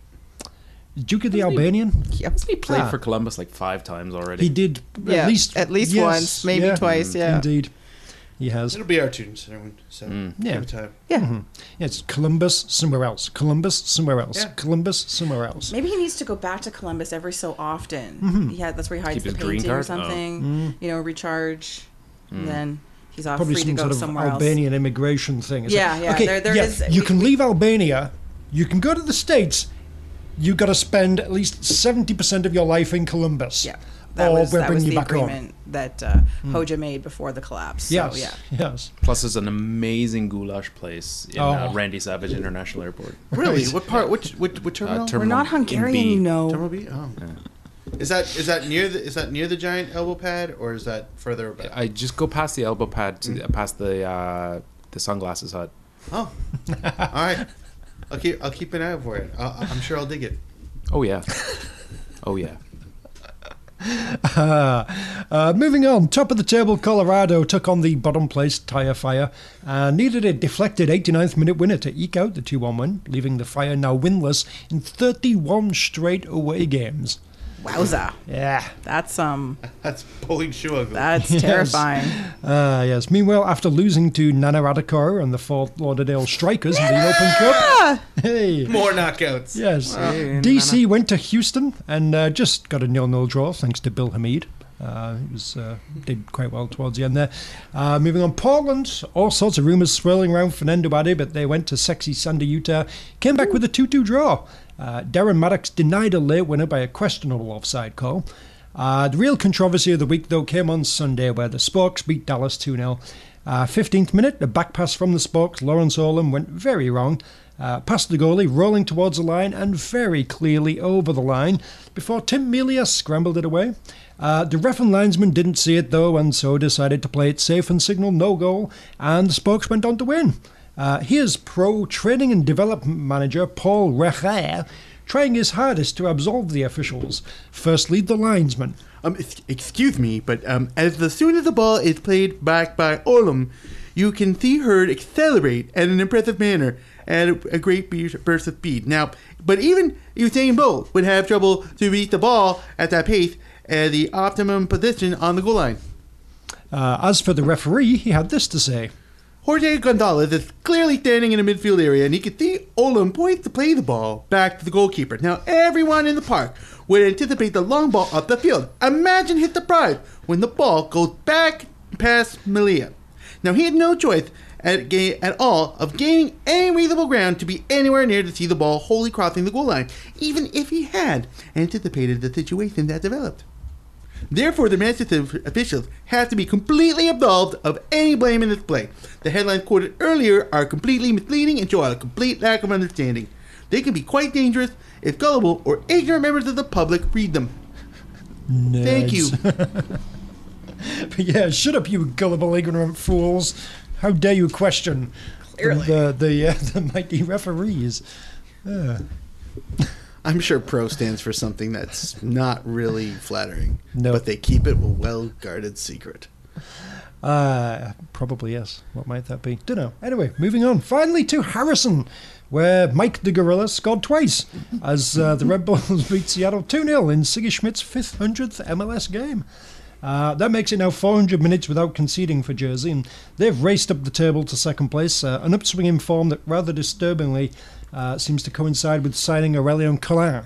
S3: Duca the Albanian?
S2: Yep.
S1: He played
S3: Ah.
S1: for Columbus like five times already.
S3: He did
S2: Yeah,
S3: at least
S2: at least
S3: yes,
S2: once, maybe twice, yeah.
S3: Indeed. He has.
S4: It'll be our tune soon. So
S3: Yeah.
S4: give it time.
S2: Yeah.
S3: Yeah, it's Columbus somewhere else. Columbus somewhere else.
S4: Yeah.
S3: Columbus somewhere else.
S2: Maybe he needs to go back to Columbus every so often.
S3: Mm-hmm.
S2: Yeah, that's where he hides
S1: Keep his
S2: the
S1: green
S2: painting or
S1: card? Mm. Oh.
S2: something. You know, recharge, and then he's off
S3: Probably
S2: free to
S3: some
S2: go
S3: sort of
S2: somewhere else.
S3: Albanian immigration thing. It's
S2: Yeah,
S3: like,
S2: yeah,
S3: Okay,
S2: there- there
S3: yeah,
S2: is-
S3: you
S2: we-
S3: can leave Albania. You can go to the states. You got to spend at least seventy percent of your life in Columbus.
S2: Yeah, that
S3: or
S2: was,
S3: we'll
S2: that
S3: bring
S2: was
S3: Oh, you
S2: the
S3: back home. Mm.
S2: agreement that uh, Hoja made before the collapse. So,
S3: Yes.
S2: yeah.
S3: Yes.
S1: Plus, there's an amazing goulash place in uh,
S3: Oh.
S1: Randy Savage International Airport.
S4: Really? What part? Which which, which terminal?
S1: Uh, term-
S2: We're not
S1: Terminal in
S2: Hungarian,
S1: B.
S2: you know.
S4: Terminal B. Oh. Is that is that near the is that near the giant elbow pad or is that further back?
S1: I just go past the elbow pad to the, past the uh, the sunglasses hut.
S4: Oh, all right. I'll keep I'll keep an eye out for it. i I'm sure I'll dig it.
S1: Oh yeah, oh yeah.
S3: Uh, moving on, top of the table, Colorado took on the bottom place Tire Fire. Uh, needed a deflected 89th minute winner to eke out the 2 1 win, leaving the Fire now winless in 31 straight away games.
S2: Wowza.
S3: Yeah.
S2: That's um.
S4: That's pulling shoe ugly.
S2: That's terrifying.
S3: Uh, yes. Meanwhile, after losing to Nana Radicor and the Fort Lauderdale Strikers in the Open Cup, hey,
S4: More knockouts.
S3: yes, DC went to Houston and uh, just got a nil-nil draw thanks to Bill Hamid. Uh, he was uh, did quite well towards the end there. Uh, moving on, Portland. All sorts of rumors swirling around Fernando Ade, but they went to sexy Sunday, Utah. Came back with a two-two draw. Uh, Darren Maddox denied a late winner by a questionable offside call. Uh, the real controversy of the week, though, came on Sunday where the Sparks beat Dallas 2 0. Uh, 15th minute, a back pass from the Sparks. Lawrence Olam went very wrong. Uh, past the goalie, rolling towards the line and very clearly over the line before Tim Melia scrambled it away. Uh, the ref and linesman didn't see it though and so decided to play it safe and signal no goal, and the Sparks went on to win. Uh, here's pro training and development manager Paul Recher trying his hardest to absolve the officials. Firstly, the linesman.
S4: Um, ex- excuse me, but um, as the soon as the ball is played back by Olam, you can see her accelerate in an impressive manner at a, a great be- burst of speed. Now, but even Usain Bolt would have trouble to beat the ball at that pace at the optimum position on the goal line.
S3: Uh, as for the referee, he had this to say.
S4: Jorge Gonzalez is clearly standing in the midfield area, and he can see Olin poised to play the ball back to the goalkeeper. Now, everyone in the park would anticipate the long ball up the field. Imagine his surprise when the ball goes back past Malia. Now, he had no choice at, ga- at all of gaining any reasonable ground to be anywhere near to see the ball wholly crossing the goal line, even if he had anticipated the situation that developed. Therefore, the Manchester officials have to be completely absolved of any blame in this play. The headlines quoted earlier are completely misleading and show a complete lack of understanding. They can be quite dangerous if gullible or ignorant members of the public read them. Thank you.
S3: But yeah, shut up, you gullible, ignorant fools! How dare you question
S2: Clearly.
S3: the the uh, the mighty referees? Uh,
S4: I'm sure pro stands for something that's not really flattering,
S3: No.
S4: but they keep it a well guarded secret.
S3: Uh, probably yes. What might that be? Don't know. Anyway, moving on. Finally to Harrison, where Mike the Gorilla scored twice as uh, the Red Bulls beat Seattle 2 0 in Siggy Schmidt's 500th MLS game. Uh, that makes it now 400 minutes without conceding for Jersey, and they've raced up the table to second place. Uh, an upswing in form that rather disturbingly uh, seems to coincide with signing Aurelien Collin,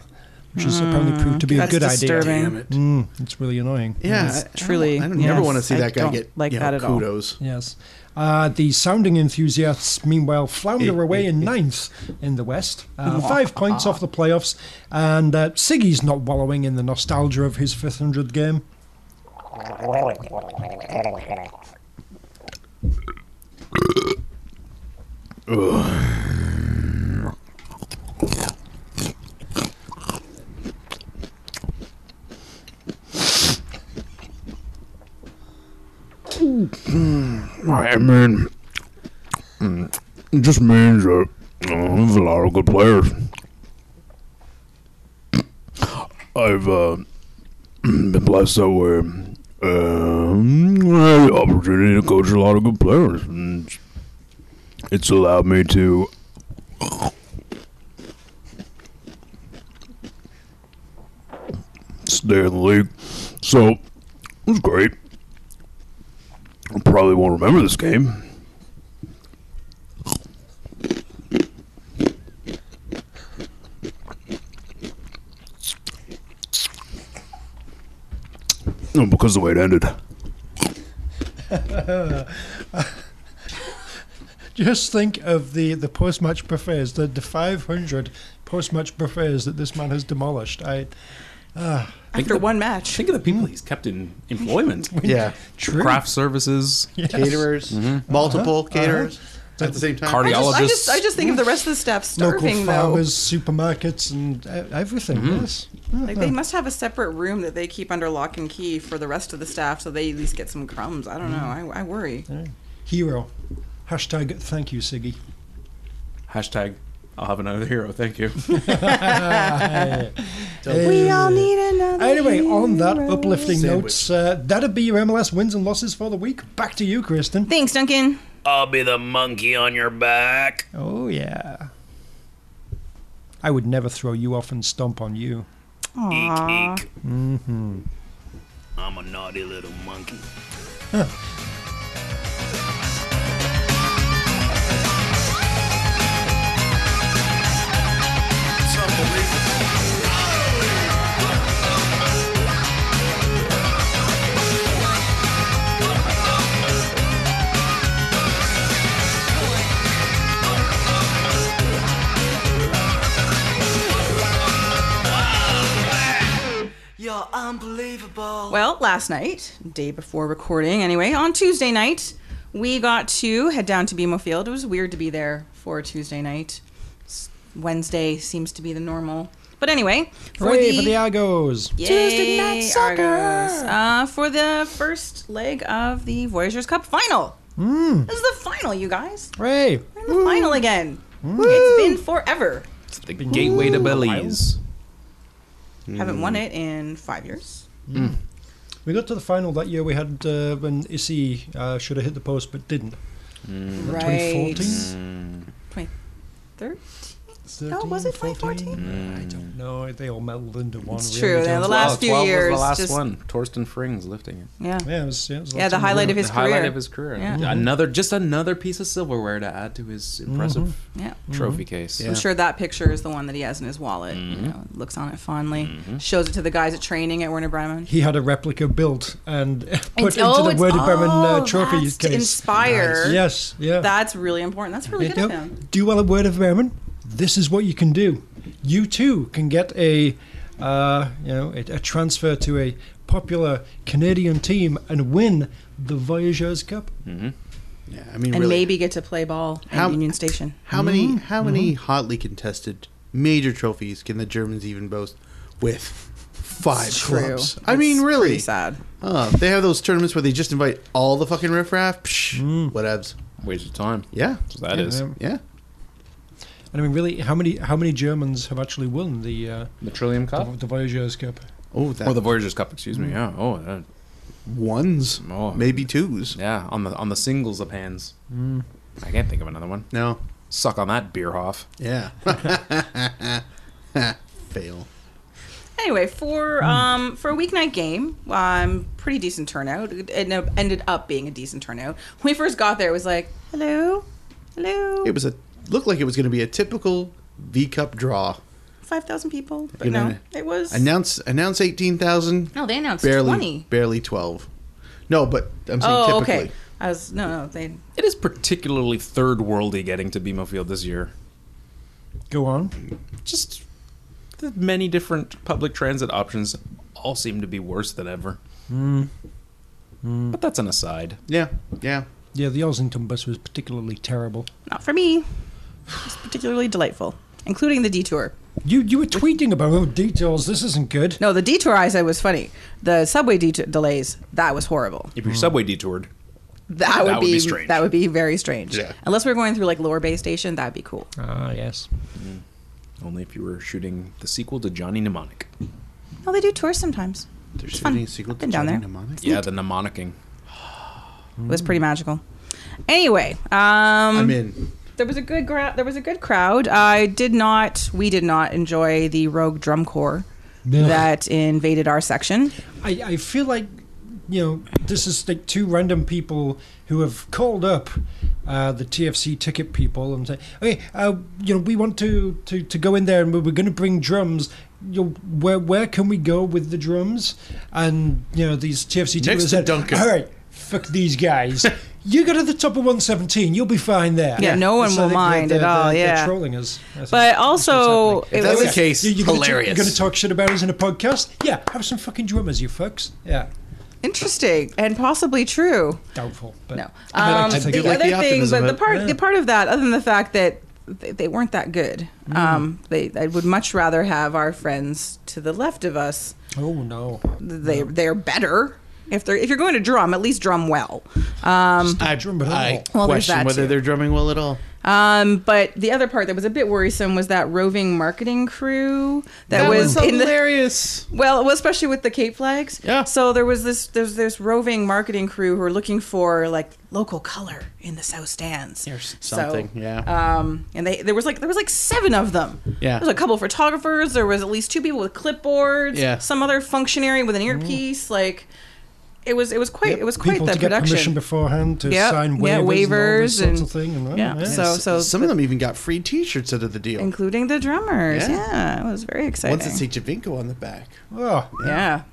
S3: which has apparently proved to be a
S2: Mm, that's
S3: good idea.
S2: disturbing.
S4: Damn it.
S3: Mm, it's really annoying.
S4: Yeah,
S2: It's
S4: I- I don't-
S2: truly-
S4: I don't,
S2: yes,
S4: never want to see
S2: I
S4: that guy
S2: don't
S4: get
S2: like
S4: you know,
S2: that at all.
S4: kudos.
S3: Yes. Uh, the sounding enthusiasts, meanwhile, flounder
S4: Eh,
S3: away
S4: eh,
S3: in ninth in the West. Uh, five points off the playoffs, and uh, Siggy's not wallowing in the nostalgia of his 500th game.
S7: I mean, mm, it just means that uh, there's a lot of good players. I've uh, been blessed that way. Um, I had the opportunity to coach a lot of good players. And it's allowed me to. Stay in the league. So, it was great. I probably won't remember this game. No, because the way it ended.
S3: Just think of the, the post match buffets, the, the 500 post match buffets that this man has demolished. I
S1: Think
S2: After
S1: of the-
S2: one match.
S1: Think of the people he's kept in employment.
S4: Yeah.
S3: True.
S1: Craft services,
S3: Yes.
S4: Caterers, multiple caterers at the same time.
S2: I just, I,
S1: Cardiologists.
S2: just, I just think of the rest of the staff
S3: Local
S2: starving, though.
S3: farmers, supermarkets, and uh, everything. Yes.
S2: Like they must have a separate room that they keep under lock and key for the rest of the staff, so they at least get some crumbs. I don't know. I, I worry.
S3: Hero. Hashtag thank you, Siggy.
S1: hashtag, I'll have another hero. Thank you.
S3: We all
S2: need another.
S3: Anyway, on that uplifting
S4: Sandwich.
S3: notes, uh, that'd be your MLS wins and losses for the week. Back to you, Kristen.
S2: Thanks, Duncan.
S7: I'll be the monkey on your back.
S3: Oh yeah. I would never throw you off and stomp on you.
S7: Eek, eek. Mm-hmm. I'm a naughty little monkey.
S5: You're unbelievable.
S2: Well, last night, day before recording, anyway, on Tuesday night, we got to head down to BMO Field. It was weird to be there for Tuesday night. S- Wednesday seems to be the normal. But anyway, for
S3: Hooray
S2: the,
S3: for the Argos.
S2: Tuesday night soccer. Uh, for the first leg of the Voyagers Cup final.
S3: Hmm.
S2: This is the final, you guys.
S3: Hooray.
S2: We're in the final again. It's been forever.
S1: It's the gateway to Belize.
S2: Haven't
S3: Mm.
S2: won it in five years.
S3: We got to the final that year. We had uh, when Issy uh, should have hit the post but didn't.
S2: Right.
S3: 2014.
S2: 2013? No, Mm. Oh, was it 514?
S3: I don't know. They all melded into one.
S2: It's
S3: really,
S2: true, yeah,
S3: don't
S2: the
S3: they?
S2: last few
S1: 12 was
S2: years,
S1: the last
S2: just-
S1: one. Torsten Frings lifting it.
S2: Yeah.
S3: Yeah, it was, yeah, it was
S2: Yeah, the
S3: lots
S2: highlight of his
S1: the
S2: career.
S1: highlight of his career.
S2: Yeah. Mm-hmm.
S1: Another, just another piece of silverware to add to his impressive
S2: yeah.
S1: trophy case.
S2: I'm sure that picture is the one that he has in his wallet. You know, looks on it fondly, shows it to the guys at training at Werner Bremen.
S3: He had a replica built and put
S2: It's-
S3: into
S2: oh,
S3: the
S2: it's-
S3: Werder Bremen
S2: oh,
S3: uh, trophy
S2: that's to
S3: case.
S2: inspire.
S3: Yes, yeah.
S2: That's really important. That's really
S3: You
S2: good of
S3: know,
S2: him.
S3: do well at Word of Bremen. This is what you can do. You too can get a, uh, you know, a, a transfer to a popular Canadian team and win the Voyageurs Cup.
S4: Yeah, I mean,
S2: And
S4: really,
S2: maybe get to play ball at
S4: How-
S2: Union Station.
S4: how many how many hotly contested major trophies can the Germans even boast with five clubs? I
S2: It's
S4: mean, really,
S2: pretty sad.
S4: Uh, they have those tournaments where they just invite all the fucking riffraff. Psh, Whatevs.
S1: Waste of time.
S4: Yeah,
S1: So that
S3: Yeah,
S1: is
S3: um,
S4: yeah.
S3: And I mean, really, how many how many Germans have actually won the uh,
S1: the Trillium
S3: the,
S1: Cup
S3: the Voyageurs Cup?
S4: Oh, that
S1: or the Voyagers Cup. Excuse
S2: Mm.
S1: me. Yeah. Oh, uh,
S4: ones,
S1: Oh.
S4: maybe twos.
S1: yeah. On the on the singles of hands.
S2: Mm.
S1: I can't think of another one.
S4: No,
S1: Suck on that, Beerhoff.
S4: yeah. Fail.
S2: Anyway, for
S4: Hmm.
S2: um for a weeknight game, um pretty decent turnout. It ended up- ended up being a decent turnout. When we first got there, it was like, hello, hello,
S4: It was a looked like it was going to be a typical V Cup draw.
S2: five thousand people, but
S4: You
S2: no,
S4: know,
S2: it was.
S4: Announce announce eighteen thousand.
S2: no, they announced
S4: barely
S2: twenty.
S4: barely twelve. No, but I'm saying
S2: Oh,
S4: typically.
S2: okay. I was no, no, they
S1: It is particularly third worldy getting to BMO Field this year.
S3: Go on.
S1: Just the many different public transit options all seem to be worse than ever. But that's an aside.
S4: Yeah, yeah.
S3: Yeah, the Ossington bus was particularly terrible.
S2: not for me. It was particularly delightful, including the detour.
S3: You you were tweeting about oh details. This isn't good.
S2: No, the detour I said was funny. The subway det- delays that was horrible.
S1: If you're subway detoured,
S2: That would,
S1: would
S2: be,
S1: be strange.
S2: that would be very strange.
S4: Yeah.
S2: Unless we we're going through like Lower Bay Station, that'd be cool.
S3: Ah yes.
S1: only if you were shooting the sequel to Johnny Mnemonic.
S2: No, they do tours sometimes.
S4: They're
S2: fun.
S4: shooting a sequel
S2: I've
S4: to
S2: been down
S4: Johnny
S2: there.
S4: Mnemonic.
S1: Yeah, the mnemonicking.
S2: It was pretty magical. Anyway, um,
S4: I'm in.
S2: there was a good gra- there was a good crowd. I did not, we did not enjoy the rogue drum corps
S3: No.
S2: that invaded our section.
S3: I, I feel like you know this is like two random people who have called up uh, the TFC ticket people and say, "Hey, uh, you know, we want to, to, to go in there and we're, we're going to bring drums. You know, where where can we go with the drums?" And you know, these TFC
S4: Next
S3: tickets
S4: to
S3: said,
S4: Duncan.
S3: "All right, fuck these guys." You go to the top of 117, you'll be fine there.
S2: Yeah, no one will
S3: they-
S2: mind
S3: they're-
S2: at all,
S3: they're-
S2: yeah.
S3: they're trolling us. That's-
S2: But
S3: that's what's
S2: also,
S3: happening.
S2: it
S4: that's the
S2: was,
S4: case,
S3: Gonna,
S4: hilarious.
S3: you're going to talk shit about us in a podcast? Yeah, have some fucking drummers, you fucks. Yeah,
S2: interesting and possibly true.
S3: doubtful. But
S2: No.
S3: I'd like
S2: Um,
S3: to
S2: the
S3: take
S4: do
S3: it.
S4: like
S2: other
S4: the
S2: thing,
S4: optimism
S2: but the
S4: of-
S2: part,
S3: yeah.
S2: the part of that, other than the fact that th- they weren't that good,
S4: Mm.
S2: um, they, I would much rather have our friends to the left of us.
S3: Oh no!
S2: They, they're better. If they're, if you're going to drum, at least drum well.
S4: I,
S3: drum at
S4: I
S3: all.
S2: Well, there's
S4: question
S2: that
S4: whether
S2: too.
S4: they're drumming well at all.
S2: Um, but the other part that was a bit worrisome was that roving marketing crew that,
S4: That was,
S2: was, in the
S4: hilarious.
S2: well, well, especially with the Cape flags.
S4: Yeah.
S2: So there was this there's this roving marketing crew who are looking for like local color in the south stands.
S4: There's
S2: So,
S4: something, yeah.
S2: Um, and they there was like there was like seven of them.
S4: Yeah.
S2: There was a couple of photographers. There was at least two people with clipboards.
S4: Yeah.
S2: Some other functionary with an earpiece. Like, it was it was quite it was quite
S3: Mm. People
S2: the
S3: to get
S2: production.
S3: permission beforehand to
S2: Yep,
S3: sign
S2: yeah,
S3: waivers,
S2: waivers
S3: and all this sorts
S2: and-
S3: of thing. And, uh,
S2: yeah, so-
S4: S- some of them even got free T-shirts out of the deal.
S2: including the drummers.
S4: Yeah.
S2: Yeah. it was very exciting.
S4: Once it's see Javinko on the back.
S3: Oh,
S2: yeah,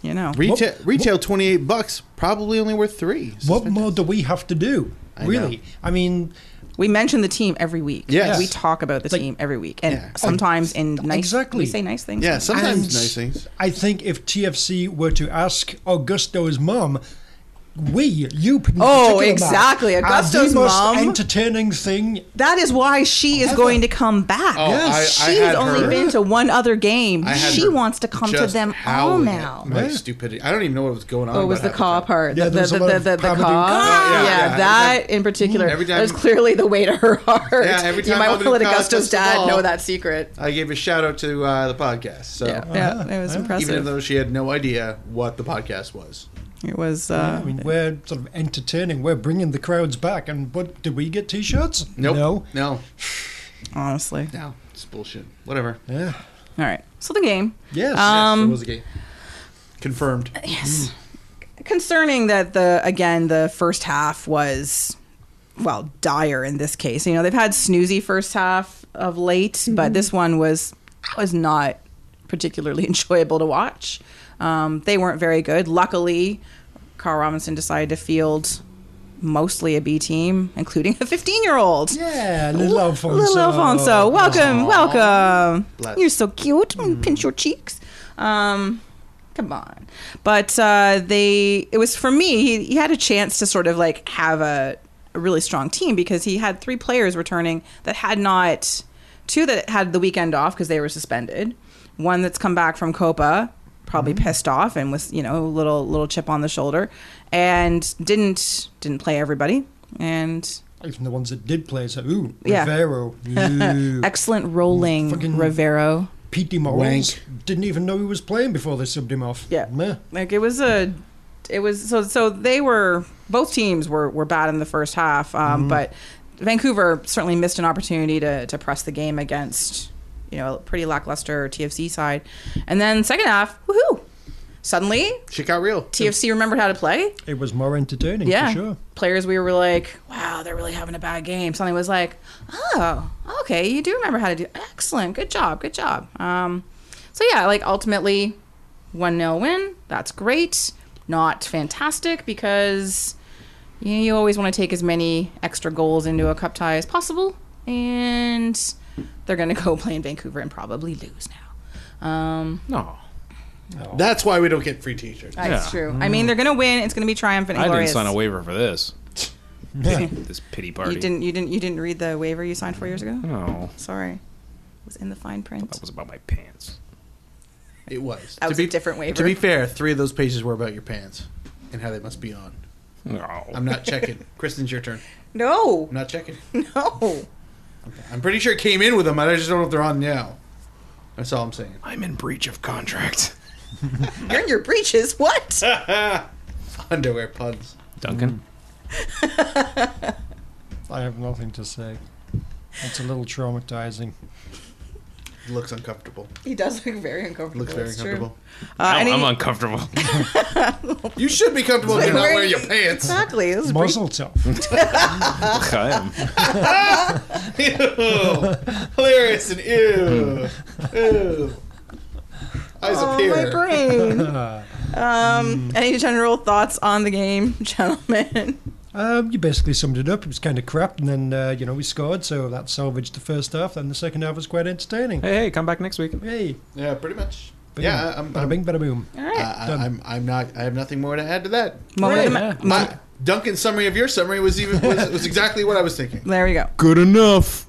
S2: you know.
S4: Retail,
S3: What-
S4: retail twenty eight bucks, probably only worth three. So
S3: what more do we have to do?
S4: I
S3: really?
S4: know.
S3: I mean,
S2: We mention the team every week.
S4: Yes.
S2: We talk about the
S3: Like-
S2: team every week. And
S4: Yeah.
S2: sometimes in nice
S3: Exactly.
S2: we say nice things.
S4: Yeah, sometimes
S3: and
S4: nice things.
S3: I think if TFC were to ask Augusto's mom. We, you, in
S2: Oh,
S3: particular, Matt,
S2: exactly.
S3: are
S2: Augusto's
S3: the most
S2: mom.
S3: entertaining thing.
S2: That is why she is
S3: Heather.
S2: going to come back.
S4: Oh, Yes. I- I
S2: She's
S4: had
S2: only
S4: her-
S2: been to one other game.
S4: I had
S2: She
S4: her
S2: wants to come to
S4: just
S2: them all
S4: howling at
S2: now.
S4: My stupidity. I don't even know what was going on.
S2: Oh, it was
S4: but
S2: the
S4: I had
S2: caw
S4: to-
S2: part.
S3: Yeah,
S2: the,
S3: there was
S2: the,
S3: a
S2: the,
S3: lot
S2: the,
S3: of
S2: the,
S3: Pavadu-
S2: caw.
S4: Yeah,
S2: Yeah,
S4: yeah, every
S2: that in particular.
S4: Every
S2: that was
S4: time-
S2: clearly the way to her heart.
S4: Yeah, every
S2: you
S4: time
S2: might want to let
S4: Pavadu caused us
S2: Augusto's
S4: the
S2: dad
S4: ball.
S2: know that secret.
S4: I gave a shout out to uh, the podcast. So
S2: Yeah, yeah, it was
S4: even
S2: impressive.
S4: though she had no idea what the podcast was.
S2: it was.
S3: I
S2: Uh,
S3: mean, we're sort of entertaining. We're bringing the crowds back. And what, did we get t shirts?
S4: Nope.
S3: No.
S4: No.
S2: honestly.
S4: No, it's bullshit. Whatever.
S3: Yeah.
S2: All right. So the game.
S3: Yes.
S4: Yes, there
S2: Um,
S4: was a game. Confirmed.
S2: yes. Concerning that the again the first half was well dire in this case. You know they've had snoozy first half of late,
S3: Mm-hmm.
S2: but this one was was not particularly enjoyable to watch. Um, they weren't very good. Luckily, Carl Robinson decided to field mostly a B team, including a 15 year old.
S3: yeah, little Alfonso.
S2: Little Alfonso, welcome, welcome.
S4: Bless.
S2: You're so cute. Mm, Pinch your cheeks. Um, come on. But uh, they, it was for me. He, he had a chance to sort of like have a, a really strong team because he had three players returning that had not, two that had the weekend off because they were suspended. One that's come back from Copa, probably pissed off and was you know a little little chip on the shoulder, and didn't didn't play everybody and
S3: Even the ones that did play, so ooh,
S2: Yeah.
S3: Rivero, ooh,
S2: excellent rolling
S3: Fucking-
S2: Rivero.
S3: Pete DeMorals. Didn't even know he was playing before they subbed him off.
S2: Yeah.
S3: Meh.
S2: Like it was a, it was so so they were both teams were were bad in the first half, um, but Vancouver certainly missed an opportunity to to press the game against you know a pretty lackluster TFC side, and then second half, woohoo! Suddenly
S4: Shit got real.
S2: TFC remembered how to play.
S3: It was more entertaining
S2: Yeah,
S3: for sure.
S2: players we were like, wow, they're really having a bad game. Something was like, oh, okay, you do remember how to do. Excellent, good job, good job. Um, so yeah, like ultimately, one 0 win. That's great. Not fantastic because you, you always want to take as many extra goals into a cup tie as possible, and they're going to go play in Vancouver and probably lose now. Um,
S1: No,
S4: That's why we don't get free T-shirts.
S2: that's
S1: Yeah.
S2: true. I mean, they're going to win. It's going to be triumphant. And
S1: I didn't
S2: glorious.
S1: sign a waiver for this.
S3: Yeah.
S1: This pity party.
S2: You didn't. You didn't. You didn't read the waiver you signed four years ago.
S1: No,
S2: Sorry. It was in the fine print.
S1: that was about my pants.
S4: It was.
S2: That was a different waiver.
S4: To be fair, three of those pages were about your pants and how they must be on.
S1: No.
S4: I'm not checking. Kristen's your turn.
S2: No.
S4: I'm not checking.
S2: No.
S4: I'm pretty sure it came in with them. I just don't know if they're on now. That's all I'm saying.
S1: I'm in breach of contract.
S2: You're in your breeches. What?
S4: Underwear puns.
S1: Duncan.
S3: I have nothing to say. It's a little traumatizing.
S4: Looks uncomfortable.
S2: He does look very uncomfortable.
S4: Looks very
S2: it's
S4: uncomfortable.
S2: True. Uh,
S1: I'm,
S2: and
S1: Oh, I'm
S2: he-
S1: uncomfortable.
S4: You should be comfortable if you're not
S2: Wearing-
S4: wearing your pants.
S2: Exactly. It was bre-
S3: Muzzle tough.
S1: I am.
S4: Ew. Hilarious and ew. Ew. Eyes
S2: Oh,
S4: up here.
S2: my brain. um,
S4: Hmm.
S2: any general thoughts on the game, gentlemen?
S3: Um, you basically summed it up. It was kind of crap, and then uh, you know we scored, so that salvaged the first half. Then the second half was quite entertaining.
S1: Hey, hey, come back next week.
S3: Hey,
S4: Yeah, pretty much.
S3: bing,
S4: Yeah, I- I'm,
S3: bada
S4: I'm,
S3: bing, bada boom.
S2: All
S4: I,
S2: right.
S4: I, I'm, I'm not. I have nothing more to add to that.
S2: Moment of the
S3: Right.
S2: ma-
S4: My, Duncan's summary of your summary was even was, was exactly what I was thinking.
S2: there we go.
S7: Good enough.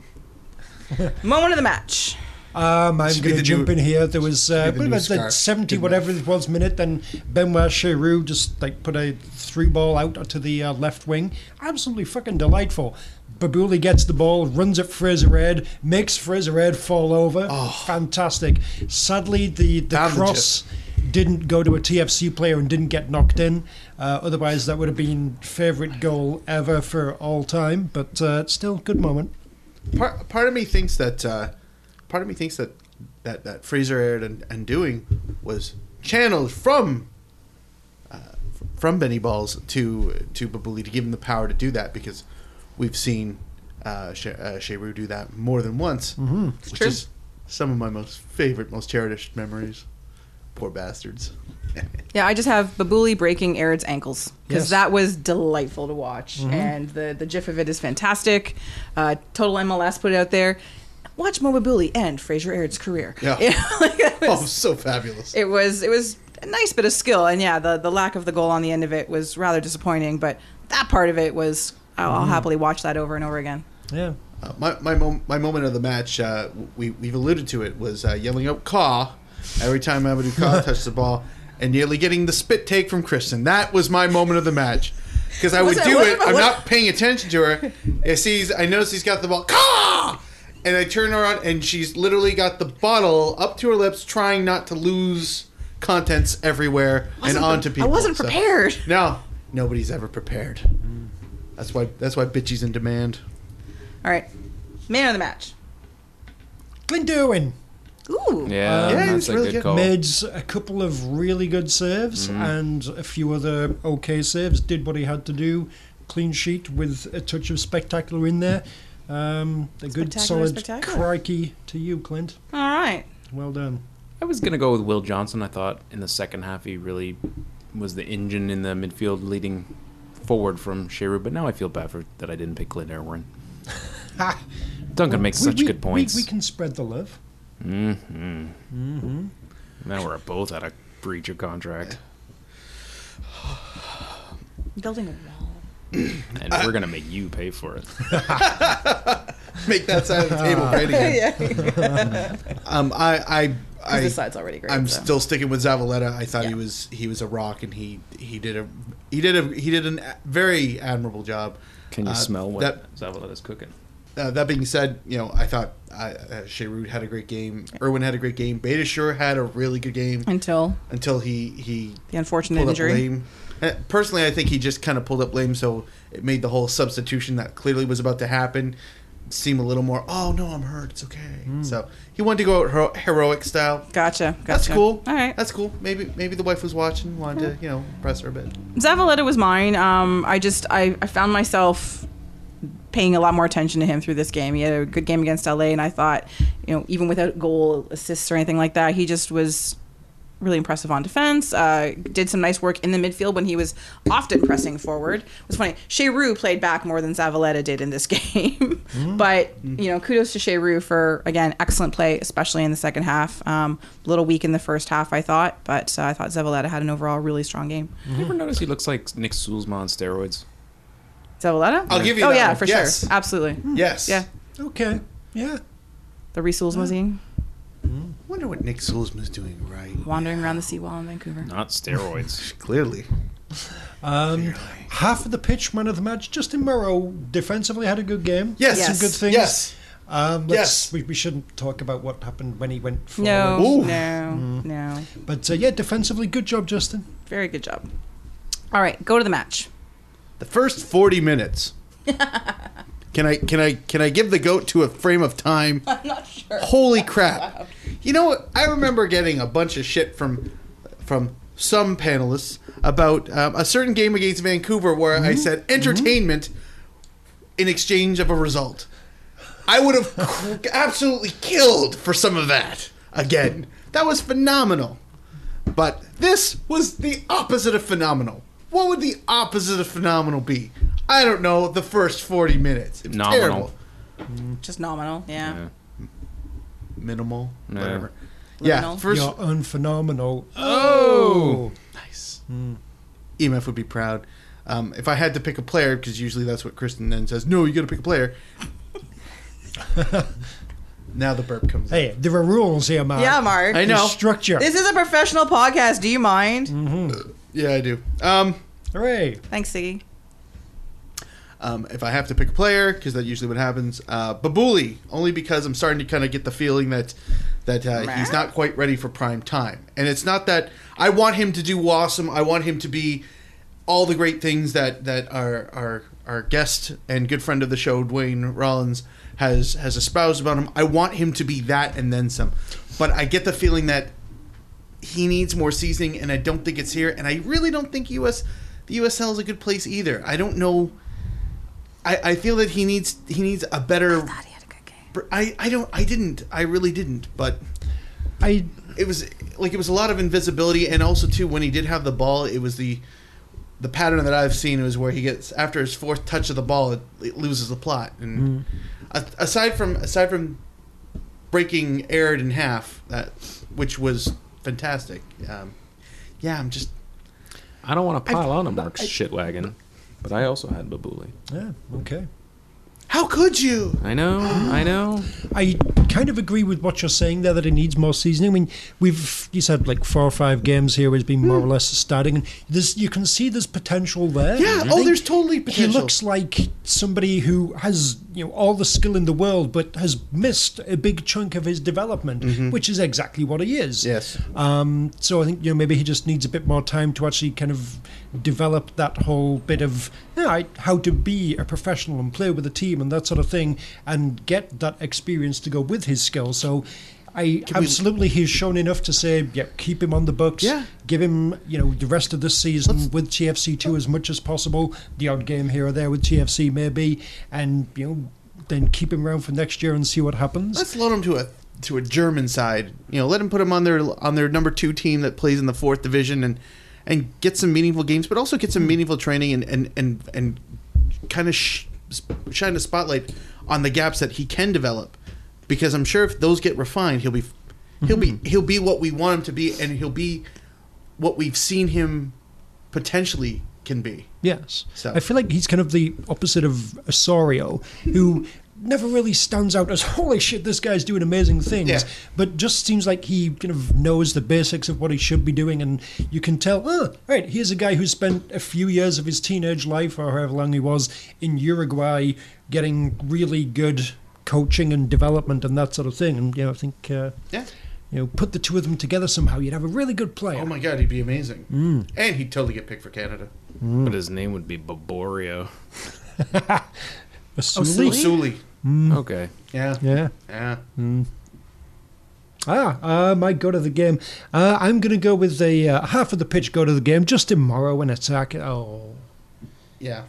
S2: Moment of the match.
S3: Um, I'm
S4: Should be
S3: going to
S4: the
S3: jump
S4: new-
S3: in here. There was uh,
S4: be the
S3: what
S4: new
S3: was it,
S4: scarf.
S3: 70
S4: Good
S3: whatever it was minute. Then Benoit Cheroux just like put a through ball out to the uh, left wing. Absolutely fucking delightful. Babuli gets the ball, runs at Fraser Ed, makes Fraser Ed fall over. Fantastic. Sadly, the, the
S4: Found Oh. the
S3: cross didn't go to a TFC player and didn't get knocked in. Uh, otherwise, that would have been favourite goal ever for all time. But uh, still, good moment.
S4: Part, part of me thinks that. Uh, part of me thinks that that, that Fraser aired and, and doing was channeled from uh, from Benny Balls to to Babuli to give him the power to do that because we've seen uh, Sh- uh, Sheru do that more than once, mm-hmm. which
S2: true.
S4: is some of my most favorite, most cherished memories. Poor bastards.
S2: Yeah, I just have Babuli breaking Arid's ankles because
S3: Yes.
S2: that was delightful to watch,
S4: Mm-hmm.
S2: and the the gif of it is fantastic. Uh, Total MLS put it out there. Watch Mo Babuli and Fraser Arid's career.
S4: Yeah.
S2: You know, like, it,
S4: Oh,
S2: was,
S4: so fabulous.
S2: it was it was a nice bit of skill, and yeah, the the lack of the goal on the end of it was rather disappointing. But that part of it was I'll,
S4: Mm-hmm.
S2: I'll happily watch that over and over again.
S3: Yeah.
S4: Uh, my my, mom, my moment of the match, uh, we we've alluded to it, was uh, yelling out "Caw" every time Amadou Caw touched the ball, and nearly getting the spit take from Kristen. That was my moment of the match because I
S2: Was
S4: would
S2: it-
S4: do
S2: was
S4: it.
S2: it-
S4: I'm
S2: was-
S4: not paying attention to her. I sees I notice he's got the ball "Caw," and I turn around and she's literally got the bottle up to her lips, trying not to lose contents everywhere and onto people.
S2: I wasn't
S4: So-
S2: prepared.
S4: no, nobody's ever prepared. That's why that's why bitchy's in demand.
S2: All right, man of the match.
S3: Glyndwin.
S2: Ooh.
S1: Um, Yeah,
S4: Yeah,
S1: that's
S4: it's
S1: a
S4: really
S1: good
S4: good.
S1: call.
S3: Made a couple of really good saves and a few other okay saves. Did what he had to do. Clean sheet with a touch of spectacular in there. Um, a good
S2: Spectacular,
S3: solid
S2: spectacular.
S3: crikey to you, Clint.
S2: All right.
S3: Well done.
S1: I was gonna go with Will Johnson. I thought in the second half he really was the engine in the midfield, leading forward from Sheru. But now I feel bad for that I didn't pick Glenn Erwin.
S3: Ha!
S1: Duncan makes
S3: We-
S1: such
S3: we-
S1: good points.
S3: We, we can spread the love.
S1: now we're both out of breach of contract,
S2: Building a wall.
S1: and we're gonna make you pay for it.
S4: Make that side of the table great again.
S2: yeah. Because
S4: Um, I, I, I
S2: this side's already great.
S4: I'm
S2: so.
S4: still sticking with Zavaleta. I thought he
S2: Yeah.
S4: was he was a rock, and he he did a he did a he did an a very admirable job.
S1: Can you
S4: Uh,
S1: smell what
S4: that?
S1: Zavaleta's cooking?
S4: Uh, that being said, you know I thought uh, uh, Shea Root had a great game. Irwin had a great game. Beta Sure had a really good game
S2: Until
S4: until he he
S2: the unfortunate
S4: pulled up
S2: injury.
S4: lame. Uh, Personally, I think he just kind of pulled up lame, so it made the whole substitution that clearly was about to happen seem a little more. Oh no, I'm hurt. It's okay. So he wanted to go out hero- heroic style.
S2: Hmm. Gotcha. Gotcha.
S4: That's cool.
S2: All right.
S4: That's cool. Maybe maybe the wife was watching,
S2: Hmm.
S4: wanted to, you know, press her a bit.
S2: Zavaleta was mine. Um, I just I, I found myself paying a lot more attention to him through this game. He had a good game against LA, and I thought, you know, even without goal assists or anything like that, he just was really impressive on defense. Uh, did some nice work in the midfield when he was often pressing forward. It was funny. Sheru played back more than Zavaleta did in this game, but you know, kudos to Sheru for again excellent play, especially in the second half. Um, a little weak in the first half, I thought, but uh, I thought Zavaleta had an overall really strong game.
S1: You ever notice he looks like Nick Sulzma on steroids?
S2: Zavaleta?
S4: I'll give you
S2: Oh
S4: that
S2: yeah,
S4: one.
S2: for
S4: Yes. Hmm.
S2: sure, absolutely.
S4: Yes.
S2: Yeah,
S3: Okay. Yeah.
S2: the Resouls Museum,
S4: Hmm. Wonder what Nick Sulzman's doing right.
S2: wandering around the seawall in Vancouver.
S1: Not steroids.
S4: Clearly.
S3: Um, half of the pitch, man of the match. Justin Morrow defensively had a good game.
S4: Yes.
S3: Some
S2: Yes.
S3: good things.
S4: Yes.
S3: Um,
S4: Yes.
S3: yes. We, we shouldn't talk about what happened when he went forward.
S2: No,
S4: Ooh. Hmm.
S2: no, no.
S3: But uh, yeah, defensively, good job, Justin.
S2: Very good job. All right, go to the match.
S4: The first 40 minutes. can I can I can I give the goat to a frame of time?
S2: I'm not sure.
S4: Holy crap. You know what? I remember getting a bunch of shit from from some panelists about um, a certain game against Vancouver where
S2: Mm-hmm.
S4: I said entertainment in exchange of a result. I would have cr- absolutely killed for some of that again. That was phenomenal. But this was the opposite of phenomenal. What would the opposite of phenomenal be? I don't know. The first 40 minutes. It was
S1: Nominal.
S4: Terrible.
S2: Just nominal. Yeah.
S1: Yeah.
S4: minimal,
S1: Yeah.
S4: whatever.
S2: Liminal.
S4: Yeah, 1st
S3: You're unphenomenal. Oh.
S4: nice. EMF E would be proud. Um, if I had to pick a player, because usually that's what Kristen then says, no, you got to pick a player. now the burp comes. out.
S3: Hey, there are rules here, Mark.
S2: Yeah, Mark.
S4: Uh, I know. Hmm.
S3: There's structure.
S2: This is a professional podcast. Do you mind?
S4: Yeah, I do. Um,
S3: Hooray.
S2: Thanks, Siggy.
S4: um, if I have to pick a player, because that usually what happens. Uh, Babuli, only because I'm starting to kind of get the feeling that that uh, he's not quite ready for prime time, and it's not that I want him to do awesome. I want him to be all the great things that that our our our guest and good friend of the show, Dwayne Rollins, has has espoused about him. I want him to be that and then some, but I get the feeling that he needs more seasoning, and I don't think it's here. And I really don't think US the USL is a good place either. I don't know. I, I feel that he needs he needs a better.
S2: Thought he had a good game.
S4: I I don't I didn't I really didn't. But
S3: I
S4: it was like it was a lot of invisibility, and also too when he did have the ball, it was the the pattern that I've seen was where he gets after his fourth touch of the ball, it, it loses the plot. And a, aside from aside from breaking Arid in half, that which was fantastic. Um, yeah, I'm just
S1: I don't want to pile on a Mark's shit wagon, but I also had Babuli.
S3: yeah, okay.
S4: how could you?
S1: I know, I know.
S3: I kind of agree with what you're saying there that it needs more seasoning. I mean, we've you said like four or five games here has been
S4: Hmm.
S3: more or less starting, and there's you can see there's potential there.
S4: Yeah,
S3: I
S4: oh,
S3: think
S4: there's totally potential.
S3: He looks like somebody who has you know all the skill in the world but has missed a big chunk of his development, which is exactly what he is.
S4: Mm-hmm. Yes.
S3: Um, so I think you know maybe he just needs a bit more time to actually kind of develop that whole bit of you know, I- how to be a professional and play with a team and that sort of thing, and get that experience to go with his skill. So. I absolutely he's shown enough to say, yeah, keep him on the books.
S4: Yeah.
S3: Give him, you know, the rest of this season with TFC two as much as possible. The odd game here or there with TFC maybe, and you know, then keep him around for next year and see what happens.
S4: Let's load him to a to a German side. You know, let him put him on their on their number two team that plays in the fourth division and and get some meaningful games, but also get some meaningful training and and and, and kind of sh- shine a spotlight on the gaps that he can develop. Because I'm sure if those get refined, he'll be he'll be he'll be what we want him to be, and he'll be what we've seen him potentially can be.
S3: Yes.
S4: So-
S3: I feel like he's kind of the opposite of Osorio, who never really stands out as holy shit, this guy's doing amazing things,
S4: Yeah.
S3: but just seems like he kind of knows the basics of what he should be doing, and you can tell, oh, right, here's a guy who spent a few years of his teenage life, or however long he was, in Uruguay, getting really good coaching and development and that sort of thing, and you know, I think. Uh,
S4: Yeah.
S3: you know, put the two of them together somehow, you'd have a really good player.
S4: Oh my god, he'd be amazing, and he'd totally get picked for Canada.
S1: But his name would be Boborio.
S3: Asuli?
S4: Suli,
S1: Okay.
S4: yeah,
S3: Oh, Yeah.
S4: yeah.
S3: Ah, uh, my go to the game. Uh, I'm going to go with the uh, half of the pitch go to the game. Justin Morrow in attack. Oh,
S4: Yeah,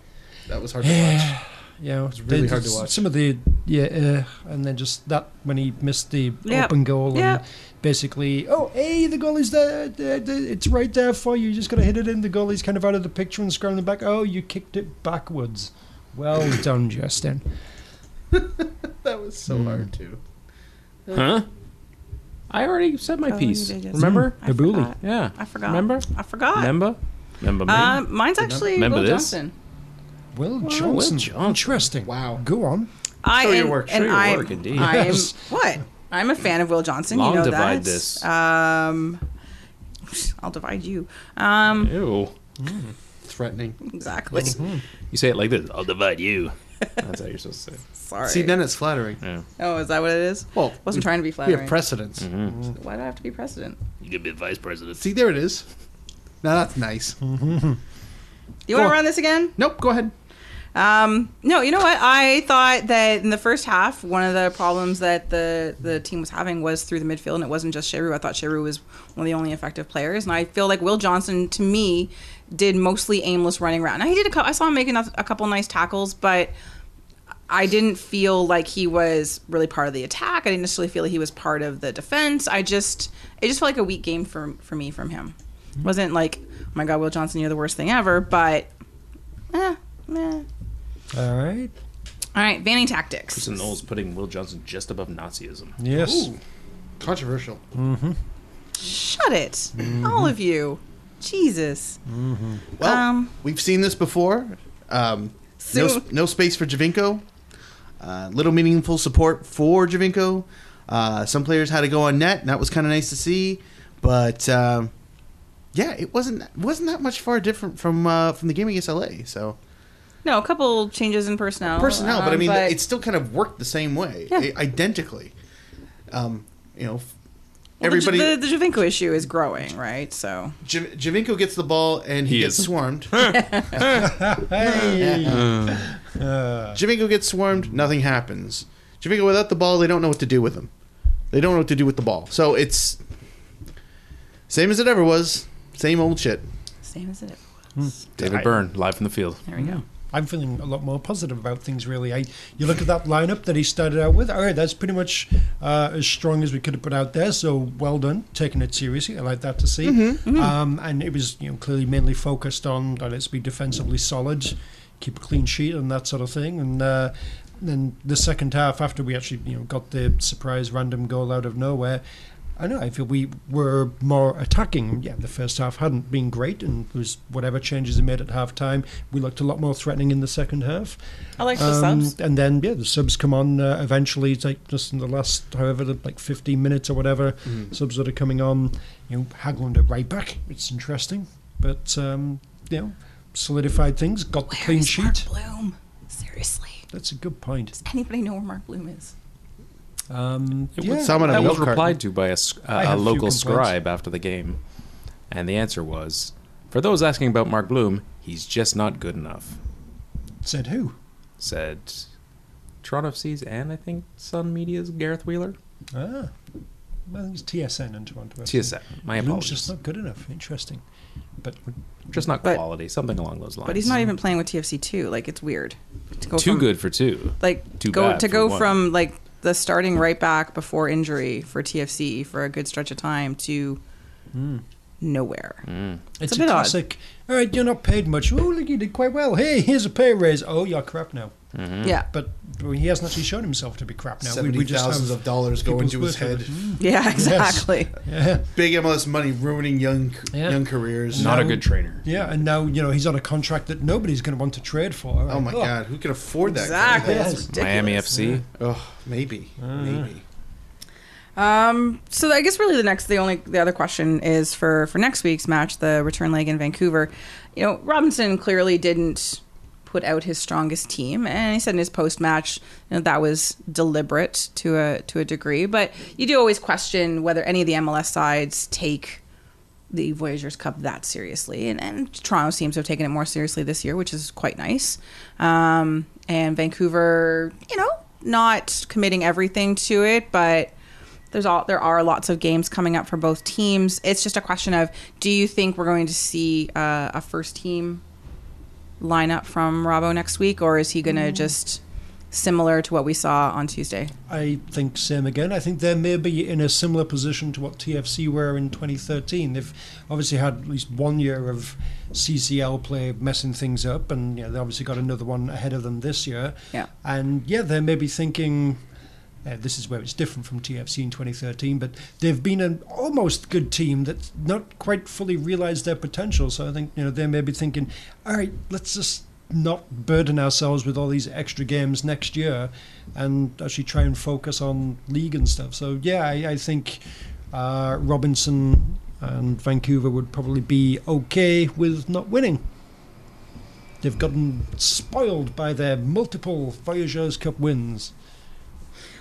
S4: that was hard to watch.
S3: yeah, yeah. It's
S4: really hard to watch.
S3: Some of the yeah, uh, and then just that when he missed the
S2: Yeah.
S3: open goal
S2: Yeah.
S3: and basically, oh, hey, the goalie's there. there, there, It's right there for you. You just got to hit it in. The goalie's kind of out of the picture and scrambling back. Oh, you kicked it backwards. Well done, Justin.
S4: That was so hard too.
S1: Huh? I already said my
S2: Oh, you
S1: piece.
S2: did, yes.
S1: Remember?
S2: I
S3: Abuli.
S2: forgot.
S1: Yeah.
S2: I forgot.
S1: Remember?
S2: I forgot.
S1: Remember? Remember me?
S2: Uh, mine's actually
S1: Remember
S2: Will
S1: this?
S2: Johnson.
S3: Will
S1: Will
S3: Johnson.
S1: Johnson.
S3: Interesting.
S4: Wow.
S3: Go on.
S2: I
S4: Show your
S2: am-
S4: work. Show
S2: And
S1: your
S2: I,
S1: work, indeed.
S2: I am
S3: Yes.
S2: what? I'm a fan of Will Johnson.
S1: Long
S2: you know
S1: divide
S2: that.
S1: this.
S2: Um, I'll divide you. Um,
S1: Ew.
S4: Threatening.
S2: exactly.
S4: Mm-hmm.
S1: You say it like this. I'll divide you. That's how you're supposed to say it.
S2: Sorry.
S4: See, then it's flattering.
S1: Yeah.
S2: oh, is that what it is?
S4: Well,
S2: wasn't trying to Mm-hmm. be
S4: We
S2: flattering.
S4: have precedence.
S2: Why do I have to be president?
S1: You could be vice president.
S4: See, there it is. Now that's nice.
S2: You want
S4: Go
S2: to
S4: on.
S2: run this again?
S4: Nope. Go ahead.
S2: Um, no, you know what? I thought that in the first half, one of the problems that the the team was having was through the midfield, and it wasn't just Sheru. I thought Sheru was one of the only effective players, and I feel like Will Johnson, to me, did mostly aimless running around. Now he did a couple. I saw him making a couple nice tackles, but I didn't feel like he was really part of the attack. I didn't necessarily feel like he was part of the defense. I just it just felt like a weak game for for me from him. wasn't like, oh my God, Will Johnson, you're the worst thing ever, but. Eh, eh.
S3: All right.
S2: All right, banning tactics.
S1: Kristen Knowles putting Will Johnson just above Nazism.
S3: Yes.
S4: Controversial.
S2: Shut it, all of you. Jesus.
S4: Well,
S2: Um,
S4: we've seen this before. Um, no,
S2: Soon.
S4: no space for Javinko. Uh, little meaningful support for Javinko. Uh, some players had to go on net, and that was kind of nice to see. But um, yeah, it wasn't wasn't that much far different from uh, from the game against LA. So
S2: No, a couple changes in personnel.
S4: personnel, but I
S2: um,
S4: mean, it still kind of worked the same way,
S2: Yeah.
S4: i- identically. Um, you know, f-
S2: well, the Ju-
S4: everybody.
S2: The, the, Javinko issue is growing, right? So
S4: J- Javinko gets the ball and he,
S1: He
S4: gets
S1: is.
S4: swarmed.
S3: Hey.
S4: Javinko gets swarmed. Nothing happens. Javinko without the ball, they don't know what to do with him. They don't know what to do with the ball. So it's same as it ever was. Same old shit.
S2: same as it is.
S1: David Byrne, live from the field.
S2: There we go.
S3: I'm feeling a lot more positive about things. Really, I you look at that lineup that he started out with. All right, that's pretty much uh, as strong as we could have put out there. So well done, taking it seriously. I like that to see. Um, and it was you know clearly mainly focused on uh, let's be defensively solid, keep a clean sheet, and that sort of thing. And uh, then the second half, after we actually you know got the surprise random goal out of nowhere. I know. I feel we were more attacking. Yeah, the first half hadn't been great, and it was whatever changes he made at half time, we looked a lot more threatening in the second half.
S2: I like the
S3: Um,
S2: subs.
S3: And then yeah, the subs come on uh, eventually. It's like just in the last however like 15 minutes or whatever,
S1: Mm.
S3: subs that are coming on. You know, Haglund at right back. It's interesting, but um, you know, solidified things. Got the
S2: Where
S3: clean
S2: is Mark
S3: sheet.
S2: Bloom? Seriously,
S3: That's a good point.
S2: does anybody know where Mark Bloom is?
S3: Um,
S1: It
S3: yeah.
S1: was,
S4: Someone
S1: that
S4: on a
S1: was
S4: milk carton.
S1: replied to by a, s-
S3: I
S1: a
S3: have a few
S1: local
S3: complaints.
S1: scribe after the game, and the answer was, for those asking about Mark Bloom, he's just not good enough.
S3: Said who?
S1: Said Toronto FC's and I think Sun Media's Gareth Wheeler.
S3: Ah, I think it's TSN in Toronto. actually.
S1: TSN. My
S3: Bloom's
S1: apologies.
S3: just not good enough. Interesting, but would-
S1: just not
S2: But-
S1: quality, something along those lines.
S2: But he's not even playing with TFC two. Like it's weird. To go
S1: too
S2: from-
S1: good for two.
S2: Like
S1: Too
S2: go
S1: bad
S2: to
S1: for
S2: go
S1: one.
S2: from like the starting right back before injury for TFC for a good stretch of time to
S1: Hmm.
S2: nowhere.
S3: it's,
S2: a
S3: a,
S2: bit odd.
S3: classic. All right, you're not paid much. Oh, look, you did quite well. Hey, here's a pay raise. Oh, you're crap now.
S1: Mm-hmm.
S2: Yeah,
S3: But well, he hasn't actually shown himself to be crap now.
S4: Seventy thousands of dollars go
S3: people's
S4: into his
S3: worth of
S4: head.
S3: it. Mm,
S2: yeah, exactly.
S3: Yeah,
S4: Big MLS money ruining young
S3: Yeah.
S4: young careers.
S1: Not a
S3: No.
S1: good trainer.
S3: yeah, and now you know he's on a contract that nobody's going to want to trade for. All
S4: Oh
S3: right.
S4: my god, who can afford that?
S2: Exactly.
S3: Yes.
S2: That's ridiculous.
S1: Miami FC.
S4: Oh, maybe,
S1: Uh.
S4: maybe.
S2: Um, so I guess really the next, the only, the other question is for for next week's match, the return leg in Vancouver. You know, Robinson clearly didn't put out his strongest team, and he said in his post match, you know, that was deliberate to a to a degree. But you do always question whether any of the MLS sides take the Voyagers Cup that seriously, and, and Toronto seems to have taken it more seriously this year, which is quite nice. Um, and Vancouver, you know, not committing everything to it, but there's all there are lots of games coming up for both teams. It's just a question of do you think we're going to see uh, a first team lineup from Robbo next week, or is he going to just similar to what we saw on Tuesday?
S3: I think same again. I think they may be in a similar position to what TFC were in 2013. They've obviously had at least one year of CCL play messing things up, and you know, they obviously got another one ahead of them this year.
S2: Yeah.
S3: And yeah, they may be thinking. Uh, this is where it's different from TFC in 2013, but they've been an almost good team that's not quite fully realised their potential. So I think you know they may be thinking, all right, let's just not burden ourselves with all these extra games next year, and actually try and focus on league and stuff. So yeah, I, I think uh, Robinson and Vancouver would probably be okay with not winning. They've gotten spoiled by their multiple Voyageurs Cup wins.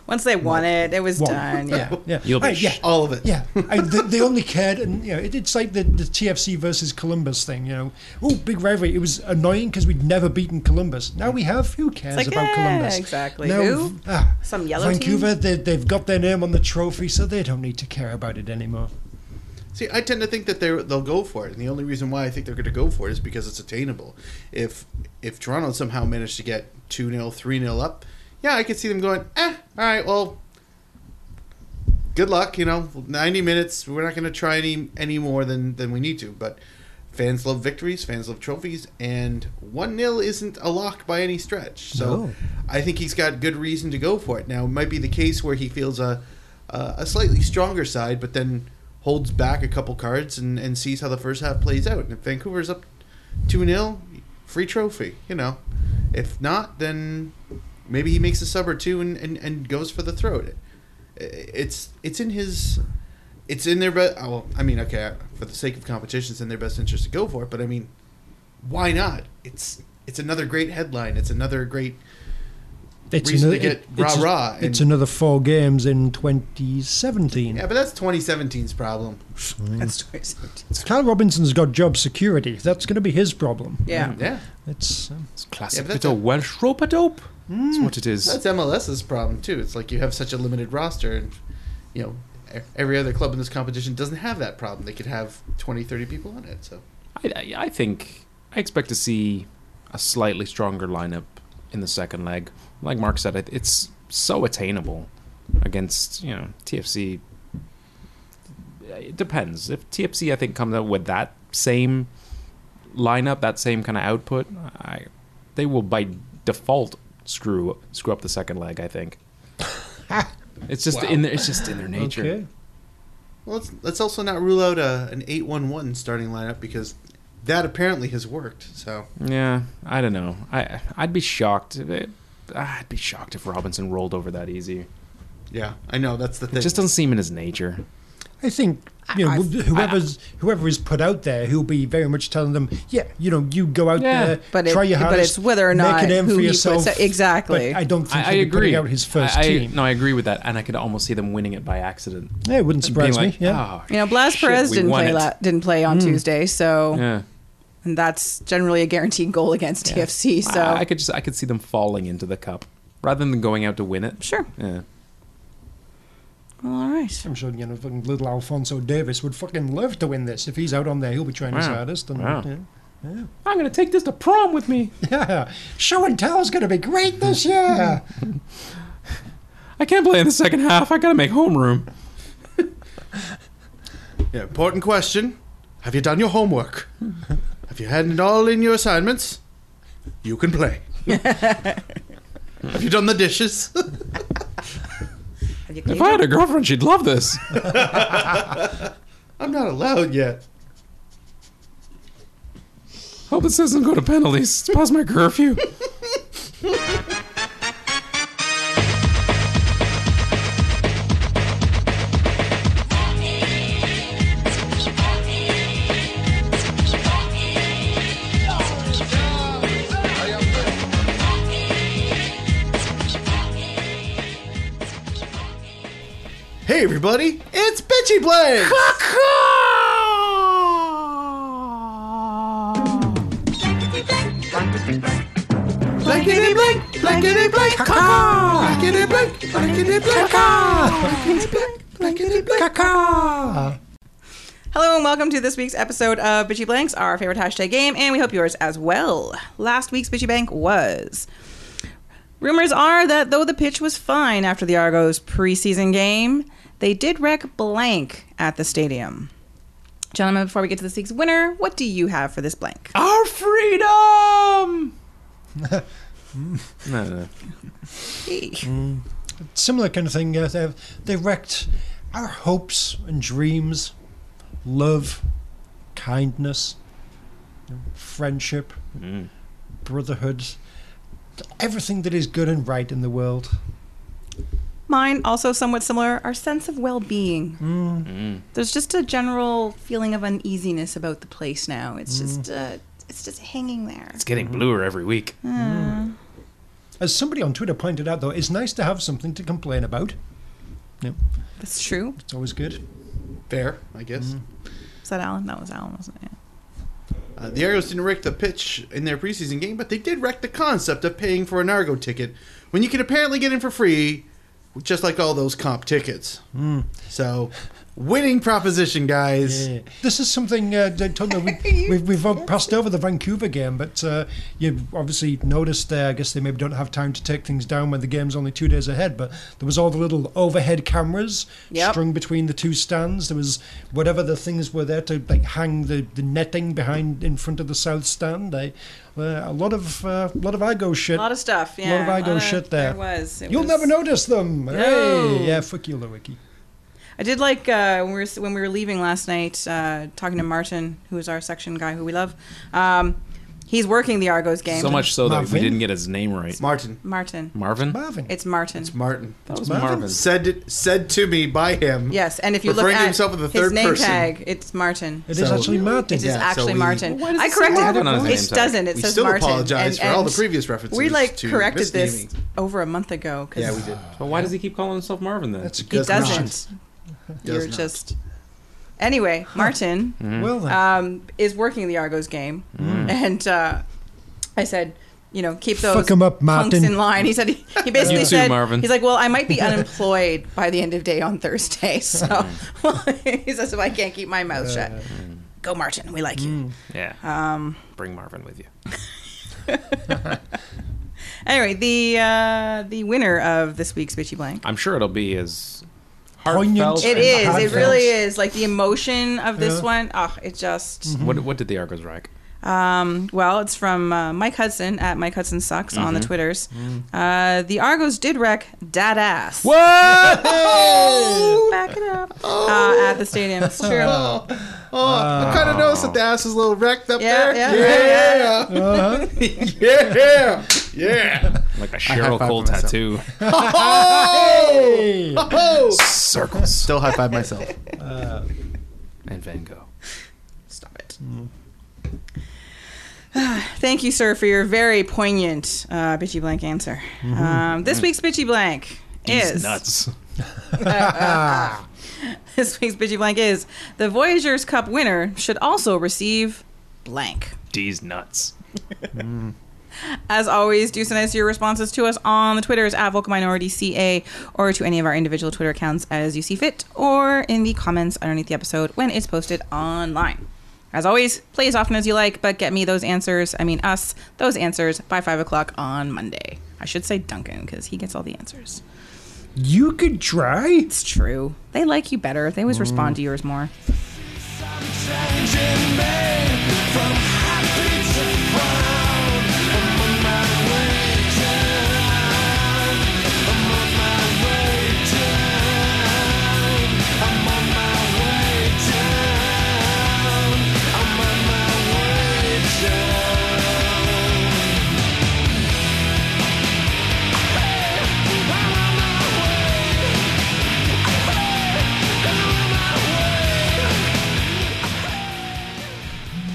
S2: Once they won it, it was
S3: Won.
S2: done. Yeah.
S3: Yeah,
S1: You'll be
S3: Hey, yeah,
S1: sh-
S4: All of it.
S3: yeah. I, they, they only cared, and you know, it, it's like the, the TFC versus Columbus thing. You know, oh, big rivalry. It was annoying because we'd never beaten Columbus. Now we have. Who cares
S2: like,
S3: about
S2: yeah,
S3: Columbus?
S2: exactly.
S3: Now,
S2: Who?
S3: ah,
S2: Some yellow
S3: Vancouver.
S2: team.
S3: They, they've got their name on the trophy, so they don't need to care about it anymore.
S4: See, I tend to think that they they'll go for it, and the only reason why I think they're going to go for it is because it's attainable. If if Toronto somehow managed to get two 0 three 0 up, yeah, I could see them going. Eh, all right, well, good luck. You know, ninety minutes. We're not going to try any any more than than we need to. But fans love victories, fans love trophies, and one 0 isn't a lock by any stretch. So
S3: No.
S4: I think he's got good reason to go for it. Now, it might be the case where he feels a a a slightly stronger side, but then holds back a couple cards and, and sees how the first half plays out. And if Vancouver's up 2 0, free trophy, you know. If not, then maybe he makes a sub or two and, and, and goes for the throat. I- It's it's in his it's in their best. Well, I mean, okay, for the sake of competition, it's in their best interest to go for it. But I mean, why not? It's it's another great headline. It's another great
S3: It's
S4: Reason to
S3: it-
S4: get
S3: it's,
S4: rah-rah
S3: It's
S4: and-
S3: another four games in 2017.
S4: yeah. But that's 2017's problem.
S2: That's twice.
S3: Kyle Robinson's got job security. That's going to be his problem.
S2: Yeah.
S4: Yeah,
S3: It's um,
S1: It's classic
S4: Yeah, but
S1: bit
S4: that's
S1: of Welsh rope a dope.
S2: Hmm.
S1: That's what it is.
S4: that's MLS's problem too. It's like you have such a limited roster, and you know e- every other club in this competition doesn't have that problem. They could have 20, 30 people on it. So
S1: I, I, I think I expect to see a slightly stronger lineup in the second leg. Like Mark said, it, it's so attainable against you know TFC. It depends if TFC I think comes out with that same lineup, that same kind of output. I they will by default screw screw up the second leg. I think. It's just in their, it's just in their nature.
S3: okay.
S4: well, let's let's also not rule out a, an eight one one starting lineup because that apparently has worked. So
S1: Yeah, I don't know. I I'd be shocked. If it, I'd be shocked if Robinson rolled over that easy.
S4: yeah, I know that's the thing.
S1: It just doesn't seem in his nature.
S3: I I think you know
S2: I-
S3: whoever's whoever is put out there, he'll be very much telling them, yeah, you know, you go out
S1: Yeah,
S3: there,
S2: but it-
S3: try your
S2: but
S3: hardest,
S2: it's whether or
S3: make
S2: not
S3: an name
S2: who
S3: for
S2: he puts
S3: yourself.
S2: out- exactly.
S3: But I don't think
S1: I, I
S3: he'll be putting
S1: agree.
S3: out his first
S1: I, I-
S3: team.
S1: No, I agree with that, and I could almost see them winning it by accident.
S3: Yeah, it wouldn't
S1: Being
S3: surprise
S1: like,
S3: me. Yeah.
S1: "Oh,
S2: You know, Blas
S1: shit,
S2: Perez
S1: we
S2: didn't
S1: won
S2: play
S1: it." Hmm.
S2: la- didn't play on Tuesday, so
S1: Yeah.
S2: and that's generally a guaranteed goal against TFC. So
S1: I, I could just I could see them falling into the cup rather than going out to win it.
S2: sure,
S1: Yeah.
S2: well, all right.
S3: I'm sure you know fucking little Alfonso Davis would fucking love to win this. If he's out on there, he'll be trying his
S1: Wow.
S3: hardest. And,
S1: Wow.
S3: yeah.
S1: I'm gonna take this to prom with me.
S3: yeah, show and tell is going to be great this year.
S1: I can't play in the second half. I gotta make homeroom.
S4: Yeah, important question. Have you done your homework? Have you handed all in your assignments? You can play. Have you done the dishes?
S2: Have you
S1: If I had a girlfriend, she'd love this.
S4: I'm not allowed yet.
S1: Hope this doesn't go to penalties. It's past my curfew.
S4: Hey everybody, it's Bitchy Blades! Blankety blank, blankety blank, caca! Blankety blank, blankety blank, caca! Blankety blank,
S3: Caca.
S2: Hello and welcome to this week's episode of Bitchy Blanks, our favorite hashtag game, and we hope yours as well. Last week's Bitchy Bank was. Rumors are that though the pitch was fine after the Argos preseason game, they did wreck blank at the stadium. Gentlemen, before we get to this week's winner, what do you have for this blank?
S1: Our freedom. no, no.
S3: Similar kind of thing. Uh, they they wrecked our hopes and dreams, love, kindness, you know, friendship, brotherhood, everything that is good and right in the world.
S2: Mine, also somewhat similar, our sense of well being.
S3: Mm.
S4: Mm.
S2: There's just a general feeling of uneasiness about the place now.
S3: Mm.
S2: It's just. Uh, it's just hanging there. Ah,
S1: It's getting bluer every week.
S3: Mm. As somebody on Twitter pointed out, though, it's nice to have something to complain about.
S2: That's true.
S3: It's always good.
S4: Fair, I guess.
S1: Mm-hmm.
S2: Is that Alan? That was Alan, wasn't it?
S4: Uh, the Argos didn't wreck the pitch in their preseason game, but they did wreck the concept of paying for an Argo ticket when you can apparently get in for free, just like all those comp tickets. So, winning proposition, guys.
S3: Yeah. This is something uh, that totally we, we've, we've uh, passed over the Vancouver game, but uh, you obviously noticed there. I guess they maybe don't have time to take things down when the game's only two days ahead. But there was all the little overhead cameras
S2: Yep.
S3: strung between the two stands. There was whatever the things were there to like hang the, the netting behind in front of the south stand. They, uh, a lot of uh, lot of Argo shit.
S2: A lot of stuff. Yeah.
S3: Lot of Igo
S2: Lot
S3: shit there.
S2: There was. It
S3: You'll
S2: was-
S3: never notice them.
S2: No.
S3: Hey, yeah, fuck you, Lewicki.
S2: I did like uh, when we were when we were leaving last night, uh, talking to Martin, who is our section guy, who we love. Um, he's working the Argos game.
S1: So much so that we
S3: Marvin?
S1: didn't get his name right.
S4: Martin.
S2: Martin.
S3: Mm.
S1: Marvin.
S3: Marvin.
S2: It's Martin.
S4: Martin.
S1: That was
S3: Marvin?
S1: Marvin.
S4: Said it, said to me by him.
S2: yes, and if you look
S4: Referring to
S2: at
S4: himself in the
S2: his
S4: third
S2: name
S4: person.
S2: tag, it's Martin.
S3: It is
S4: So-
S3: actually Martin.
S2: It is
S4: Yeah, so
S2: actually
S4: we-
S2: Martin.
S1: Why does
S2: I
S1: it say
S2: corrected
S1: Marvin on his name
S2: it. It
S1: tag?
S2: doesn't. It
S4: We
S2: says
S4: still
S2: Martin.
S4: apologize
S2: and-
S4: for all
S2: and
S4: the previous references
S2: We like
S4: to
S2: corrected this
S4: misnaming.
S2: over a month ago because
S4: Yeah, we did.
S1: But why does he keep calling himself Marvin then?
S3: That's
S2: he
S4: Does not.
S2: doesn't.
S4: Does
S2: You're
S4: not.
S2: just. Anyway, Martin.
S4: Hmm.
S3: well then.
S2: um, is working the Argos game, and uh, I said, you know, keep those
S3: Fuck 'em up,
S2: punks
S3: Martin.
S2: in line. He said he, he
S1: You
S2: basically
S1: too,
S2: said
S1: Marvin.
S2: he's like, well, I might be unemployed by the end of day on Thursday, so well,
S4: Hmm.
S2: he says if I can't keep my
S3: Uh,
S4: Uh,
S2: mouth shut, go Martin, we like you.
S1: yeah. Um, Bring Marvin with you.
S2: Anyway, the uh, the winner of this week's bitchy blank.
S1: I'm sure it'll be as
S3: Poignant.
S1: heartfelt.
S2: It
S1: and
S2: is.
S3: hot
S2: It
S1: heartfelt.
S2: really
S3: felt.
S2: is. Like the emotion of this
S3: Yeah.
S2: one. Oh, it just.
S1: What, what did the Argos rack?
S2: Um, well, it's from uh, Mike Hudson at Mike Hudson Sucks on the Twitters. Uh, the Argos did wreck dad ass.
S1: What?
S2: Back it up. Uh, at the stadium. It's true. yeah,
S4: Oh, I kind of noticed that the ass is a little wrecked up
S2: yeah,
S4: there.
S2: yeah.
S3: uh-huh.
S4: Yeah, yeah, yeah.
S1: like a
S4: I
S1: Cheryl
S4: high-fived
S1: Cole
S4: myself.
S1: tattoo.
S4: Oh,
S3: Hey.
S4: oh.
S1: Circles.
S4: Still high five myself.
S1: and Van Gogh.
S2: Stop it. Thank you, sir, for your very poignant uh, bitchy blank answer. Um, this week's bitchy blank is
S1: nuts.
S2: this week's bitchy blank is the Voyager's Cup winner should also receive blank.
S1: D's nuts.
S2: As always, do send us your responses to us on the Twitters at Vocal Minority CA or to any of our individual Twitter accounts as you see fit or in the comments underneath the episode when it's posted online. As always, play as often as you like, but get me those answers, I mean us, those answers by 5 o'clock on Monday. I should say Duncan because he gets all the answers.
S3: You could try.
S2: It's true. They like you better. They always respond to yours more.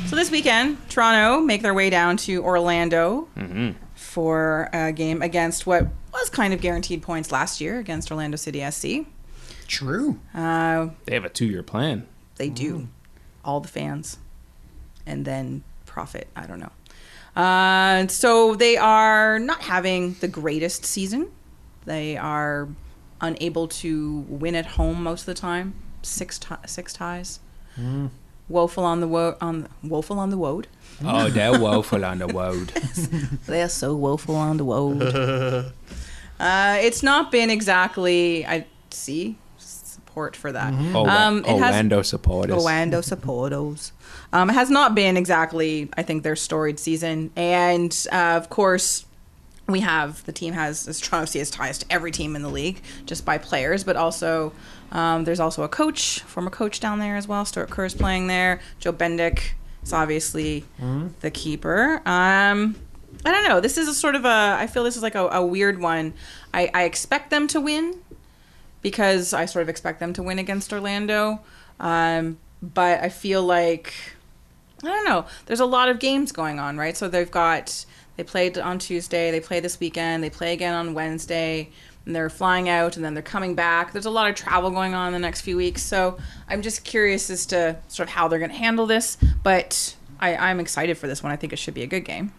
S2: So this weekend, Toronto make their way down to Orlando for a game against what was kind of guaranteed points last year against Orlando City SC.
S3: True.
S2: Uh,
S1: They have a two-year plan.
S2: they do, all the fans, and then profit. I don't know. Uh, so they are not having the greatest season. They are unable to win at home most of the time. Six ti six ties. Woeful on the wo- on woeful on the woad.
S1: Oh, they're woeful on the road.
S2: They're so woeful on the woad. uh, it's not been exactly. I see support for that.
S1: Oh,
S2: Um, it has-
S1: Orlando supporters.
S2: Orlando supporters. Um, it has not been exactly, I think, their storied season, and uh, of course, we have the team has as Toronto FC has ties to every team in the league just by players, but also um, there's also a coach, former coach down there as well. Stuart Kerr is playing there. Joe Bendick is obviously the keeper. Um, I don't know. This is a sort of a. I feel this is like a, a weird one. I, I expect them to win because I sort of expect them to win against Orlando. Um, but I feel like I don't know. There's a lot of games going on, right? So they've got they played on Tuesday, they play this weekend, they play again on Wednesday, and they're flying out and then they're coming back. There's a lot of travel going on in the next few weeks. So I'm just curious as to sort of how they're going to handle this, but I, I'm excited for this one. I think it should be a good game.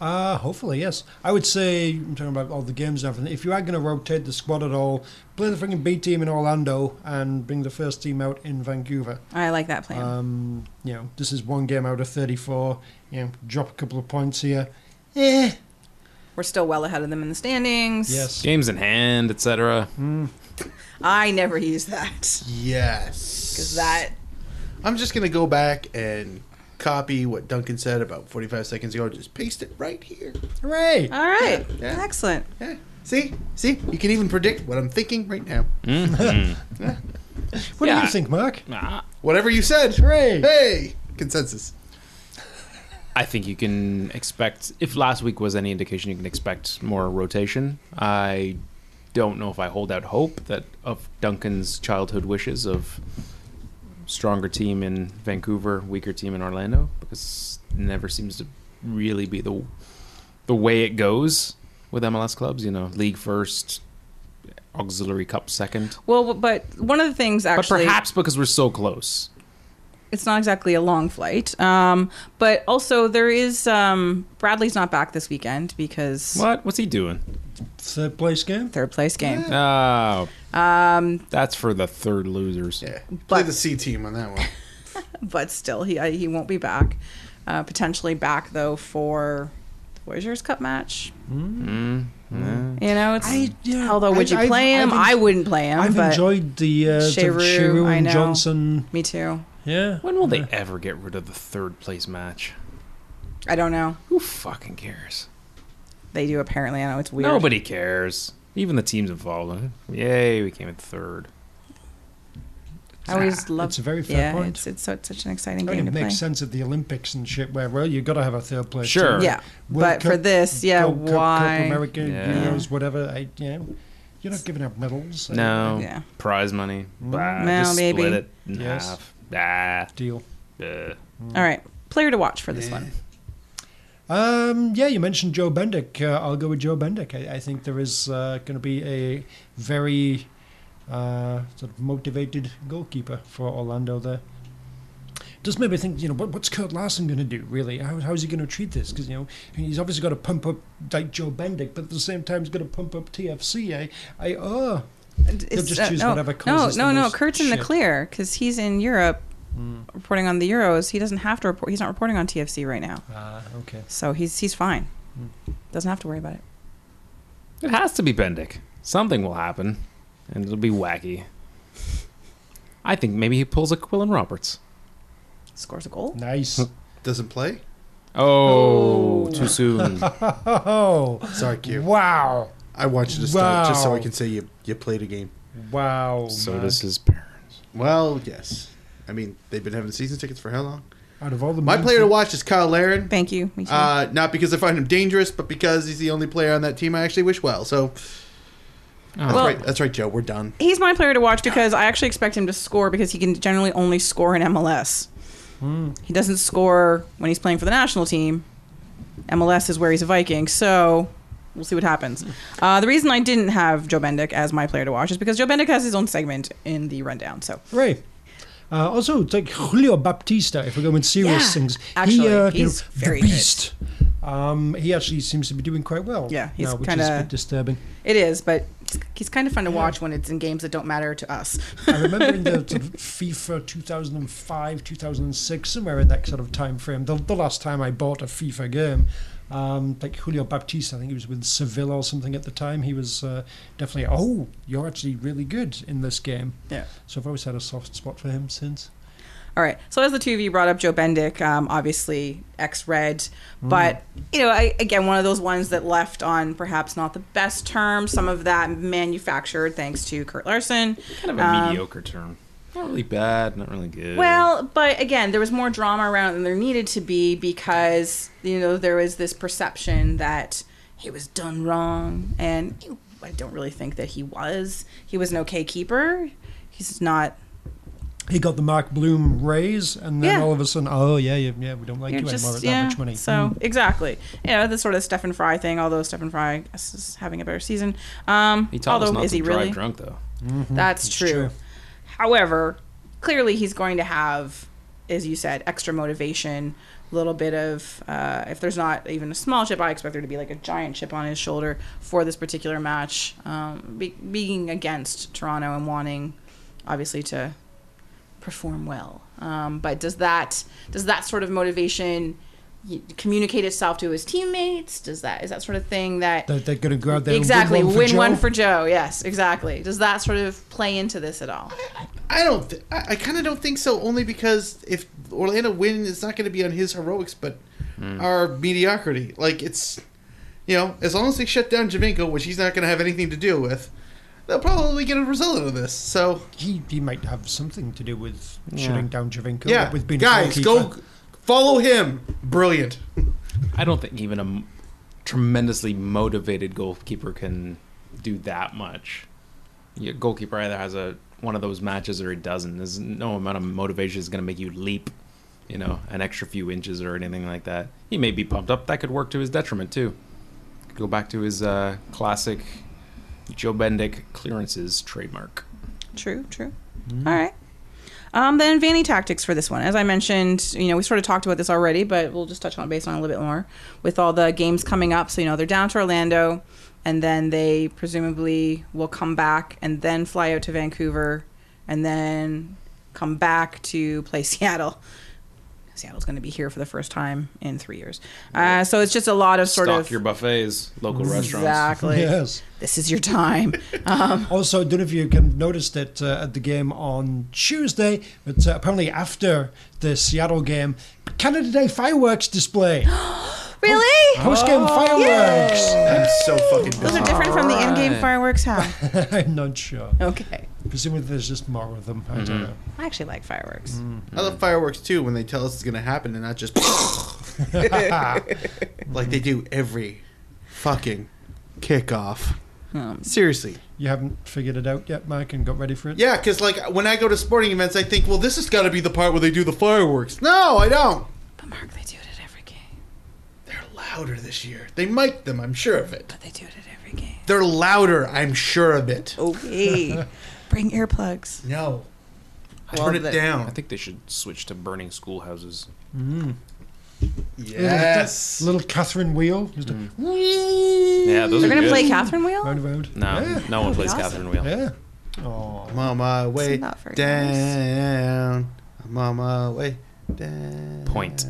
S3: Uh, hopefully, yes. I would say, I'm talking about all the games and everything, if you are going to rotate the squad at all, play the freaking B team in Orlando and bring the first team out in Vancouver.
S2: I like that plan.
S3: Um, you know, this is one game out of 34. You know, drop a couple of points here. Eh.
S2: We're still well ahead of them in the standings.
S3: Yes.
S1: Games in hand, etc.
S2: I never use that.
S4: Yes.
S2: Because that
S4: I'm just gonna go back and copy what Duncan said about 45 seconds ago. and Just paste it right here.
S3: Hooray!
S2: All right.
S4: Yeah, yeah.
S2: Excellent.
S4: Yeah. See, see, you can even predict what I'm thinking right now.
S3: what do
S1: yeah.
S3: you think, Mark?
S1: Ah,
S4: Whatever you said.
S3: Hooray!
S4: Hey, consensus.
S1: I think you can expect, if last week was any indication, you can expect more rotation. I don't know if I hold out hope that of Duncan's childhood wishes of stronger team in Vancouver, weaker team in Orlando, because it never seems to really be the the way it goes with MLS clubs. You know, league first, auxiliary cup second.
S2: Well, w- but one of the things actually,
S1: but perhaps because we're so close.
S2: it's not exactly a long flight. Um, but also there is um, Bradley's not back this weekend because
S1: What? What's he doing?
S3: Third place game?
S2: third place game.
S1: Oh, that's for the third losers.
S4: Yeah. Play
S2: But-
S4: the C team on that one.
S2: But still, he I, he won't be back. Uh, potentially back though for the Voyagers Cup match.
S1: Mm-hmm.
S2: You know, it's
S3: Mm-hmm. I- yeah,
S2: although would
S3: I've-
S2: you
S3: I've-
S2: play him?
S3: I've en-
S2: I wouldn't play him.
S3: I've
S2: but
S3: enjoyed the uh, sort of
S2: Cheru,
S3: Cheru
S2: I
S3: and
S2: know.
S3: Johnson.
S2: me too.
S3: Yeah.
S1: When will they ever get rid of the third place match?
S2: I don't know.
S1: Who fucking cares?
S2: They do apparently. I know it's weird.
S1: Nobody cares. Even the teams involved. Yay, we came in third.
S2: I always love.
S3: It's a very fair
S2: yeah,
S3: point.
S2: it's it's, so- it's such an exciting
S3: I
S2: game
S3: mean,
S2: to
S3: it
S2: play.
S3: makes sense of the Olympics and shit where, well, you've got to have a third place.
S1: Sure.
S3: team.
S2: Yeah,
S3: World
S2: but for
S3: Cup,
S2: this, yeah,
S3: Gold Cup, Copa
S2: why?
S3: America,
S1: Yeah.
S3: Euros, whatever. I, you know, You're not giving out medals. eh?
S1: No.
S2: Yeah.
S1: Prize money. Bah,
S2: No,
S1: just
S2: baby.
S1: split it in
S3: Yes.
S1: half. Ah.
S3: Deal.
S1: uh.
S2: All right. Player to watch for this one.
S3: Um, yeah, you mentioned Joe Bendick. Uh, I'll go with Joe Bendick. I, I think there is uh, going to be a very uh, sort of motivated goalkeeper for Orlando there. Just made me think, you know, what, what's Kurt Larson going to do, really? How, how's he going to treat this? Because, you know, he's obviously got to pump up like Joe Bendick, but at the same time, he's got to pump up TFC. I, I, oh,
S2: And it's- uh,
S3: just choose
S2: no,
S3: whatever
S2: no,
S3: causes the
S2: no, no.
S3: most
S2: Kurt's in the
S3: shit. Hmm.
S2: clear because he's in Europe reporting on the Euros. He doesn't have to report. He's not reporting on TFC right now,
S3: ah, okay.
S2: so he's he's fine.
S3: Hmm.
S2: Doesn't have to worry about it.
S1: It has to be Bendick. Something will happen, and it'll be wacky. I think maybe he pulls a Quillen Roberts.
S2: Scores a goal.
S3: Nice.
S4: Doesn't play?
S1: Oh, too soon.
S3: Oh,
S4: Sorry, Q.
S3: wow.
S4: I want you to start just so I
S3: Wow.
S4: can say you, you played a game.
S3: Wow.
S1: so
S3: man.
S1: does his parents.
S4: Well, yes. I mean, they've been having season tickets for how long?
S3: Out of all the
S4: My
S3: men-
S4: player to watch is Kyle Laren.
S2: Thank you. Me too.
S4: Uh, not because I find him dangerous, but because he's the only player on that team I actually wish well. So that's
S2: Well-
S4: right, that's right, Joe. We're done.
S2: he's my player to watch because I actually expect him to score because he can generally only score in MLS.
S3: Hmm.
S2: He doesn't score when he's playing for the national team. MLS is where he's a Viking, so we'll see what happens. Uh, the reason I didn't have Joe Bendick as my player to watch is because Joe Bendick has his own segment in the rundown. So
S3: Right. Uh, also, it's like Julio Baptista, if we're going with serious
S2: Yeah,
S3: things,
S2: actually,
S3: you
S2: he's
S3: the
S2: very good.
S3: beast. Um, he actually seems to be doing quite well.
S2: Yeah, he's
S3: now, which is a
S2: kinda-
S3: bit disturbing.
S2: it is, but he's kind of fun to watch when it's in games that don't matter to us.
S3: I remember in the sort of FIFA 2005, 2006, somewhere in that sort of time frame, the, the last time I bought a FIFA game, um, like Julio Baptiste, I think he was with Sevilla or something at the time, he was uh, definitely, oh, you're actually really good in this game.
S2: yeah.
S3: So I've always had a soft spot for him since.
S2: All right. So as the two of you brought up Joe Bendick, um, obviously ex Red,
S1: Mm.
S2: but you know, I, again, one of those ones that left on perhaps not the best terms. Some of that manufactured thanks to Kurt Larson.
S1: Kind of a
S2: Um,
S1: mediocre term. Not really bad, not really good.
S2: Well, but again, there was more drama around than there needed to be because you know there was this perception that he was done wrong, and I don't really think that he was. He was an okay keeper. He's not
S3: he got the Mark Bloom raise, and then
S2: Yeah.
S3: all of a sudden, oh yeah, yeah, yeah we don't like
S2: You're
S3: you anymore. It's that much money. Mm.
S2: So exactly, you know, the sort of Stefan Fry thing. Although Stefan Fry is- is having a better season. Um,
S1: he taught us
S2: although
S1: not
S2: is
S1: to
S2: he
S1: drive
S2: really?
S1: drunk, though.
S2: That's true.
S3: true.
S2: However, clearly he's going to have, as you said, extra motivation. A little bit of, uh, if there's not even a small chip, I expect there to be like a giant chip on his shoulder for this particular match, um, be- being against Toronto and wanting, obviously, to perform well. Um, but does that does that sort of motivation y- communicate itself to his teammates? Does that is that sort of thing that
S3: They're, they're going to go out there
S2: exactly
S3: and
S2: win one
S3: Joe.
S2: for Joe? Yes, exactly. Does that sort of play into this at all?
S4: I don't. Th- I, I kind of don't think so. Only because if Orlando win, it's not going to be on his heroics, but our mediocrity. Like it's, you know, as long as they shut down Javinko, which he's not going to have anything to do with, they'll probably get a result out of this. So
S3: He, he might have something to do with
S1: Yeah.
S3: shutting down Javinko.
S4: yeah,
S3: with being a
S4: guys, go
S3: goalkeeper.
S4: follow him. Brilliant.
S1: I don't think even a m- tremendously motivated goalkeeper can do that much. Your goalkeeper either has a one of those matches or he doesn't. There's no amount of motivation is going to make you leap, you know, an extra few inches or anything like that. He may be pumped up. That could work to his detriment too. Could go back to his uh, classic Joe Bendick clearances trademark.
S2: True, true.
S3: Mm-hmm.
S2: All right. Um, then Vanny tactics for this one. As I mentioned, you know, we sort of talked about this already, but we'll just touch on it based on it a little bit more with all the games coming up. So, you know, they're down to Orlando and then they presumably will come back and then fly out to Vancouver and then come back to play Seattle. Seattle's going to be here for the first time in three years. Uh, so it's just a lot of sort
S1: Stock
S2: of
S1: your buffets, local restaurants.
S2: exactly.
S3: Yes.
S2: This is your time. Uh,
S3: Also, I don't know if you can notice that uh, at the game on Tuesday, but uh, apparently after the Seattle game, Canada Day fireworks display,
S2: really?
S3: post game fireworks.
S4: I'm so fucking.
S2: Those are different from the in-game
S1: Alright.
S2: fireworks. How?
S3: I'm not sure.
S2: Okay.
S3: Presumably, there's just more of them. I don't know.
S2: I actually like fireworks.
S4: I love fireworks too when they tell us it's going to happen and not just like they do every fucking kickoff.
S2: Um,
S4: Seriously.
S3: You haven't figured it out yet, Mike, and got ready for it?
S4: Yeah, because like when I go to sporting events, I think, well, this has got to be the part where they do the fireworks. No, I don't.
S2: but Mark, they do it at every game.
S4: They're louder this year. They mic them. I'm sure of it.
S2: But they do it at every game.
S4: They're louder. I'm sure of it.
S2: Okay. Bring earplugs.
S4: No.
S2: Well,
S4: Turn it
S2: the-
S1: I
S4: down.
S1: think they should switch to burning schoolhouses.
S4: Yes.
S3: Little Catherine Wheel. Just a
S1: Yeah, those
S2: They're
S1: are
S2: gonna
S1: good.
S2: play Catherine Wheel.
S3: round round.
S1: No, no one
S2: That'd be
S1: plays
S2: awesome.
S1: Catherine Wheel.
S3: Yeah. Oh.
S4: I'm on my way
S2: not very
S4: down. I'm on my way down.
S1: Point.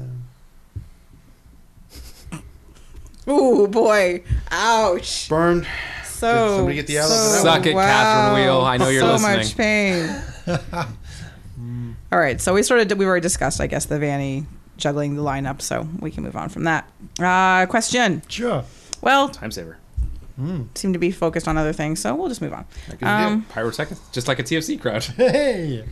S2: Ooh boy. Ouch.
S4: Burn.
S2: So
S4: somebody get the outlet for
S2: so,
S4: that
S1: Suck it, Catherine Wheel. I know you're
S2: so
S1: listening.
S2: much pain. All right, so we sort of we've already discussed, I guess, the Vanny juggling the lineup, so we can move on from that. Uh, question.
S3: Sure.
S2: Well,
S1: Time saver.
S2: seem to be focused on other things, so we'll just move on.
S1: Like
S2: Um,
S1: Pyrotechnics, just like a TFC crowd.
S3: Hey.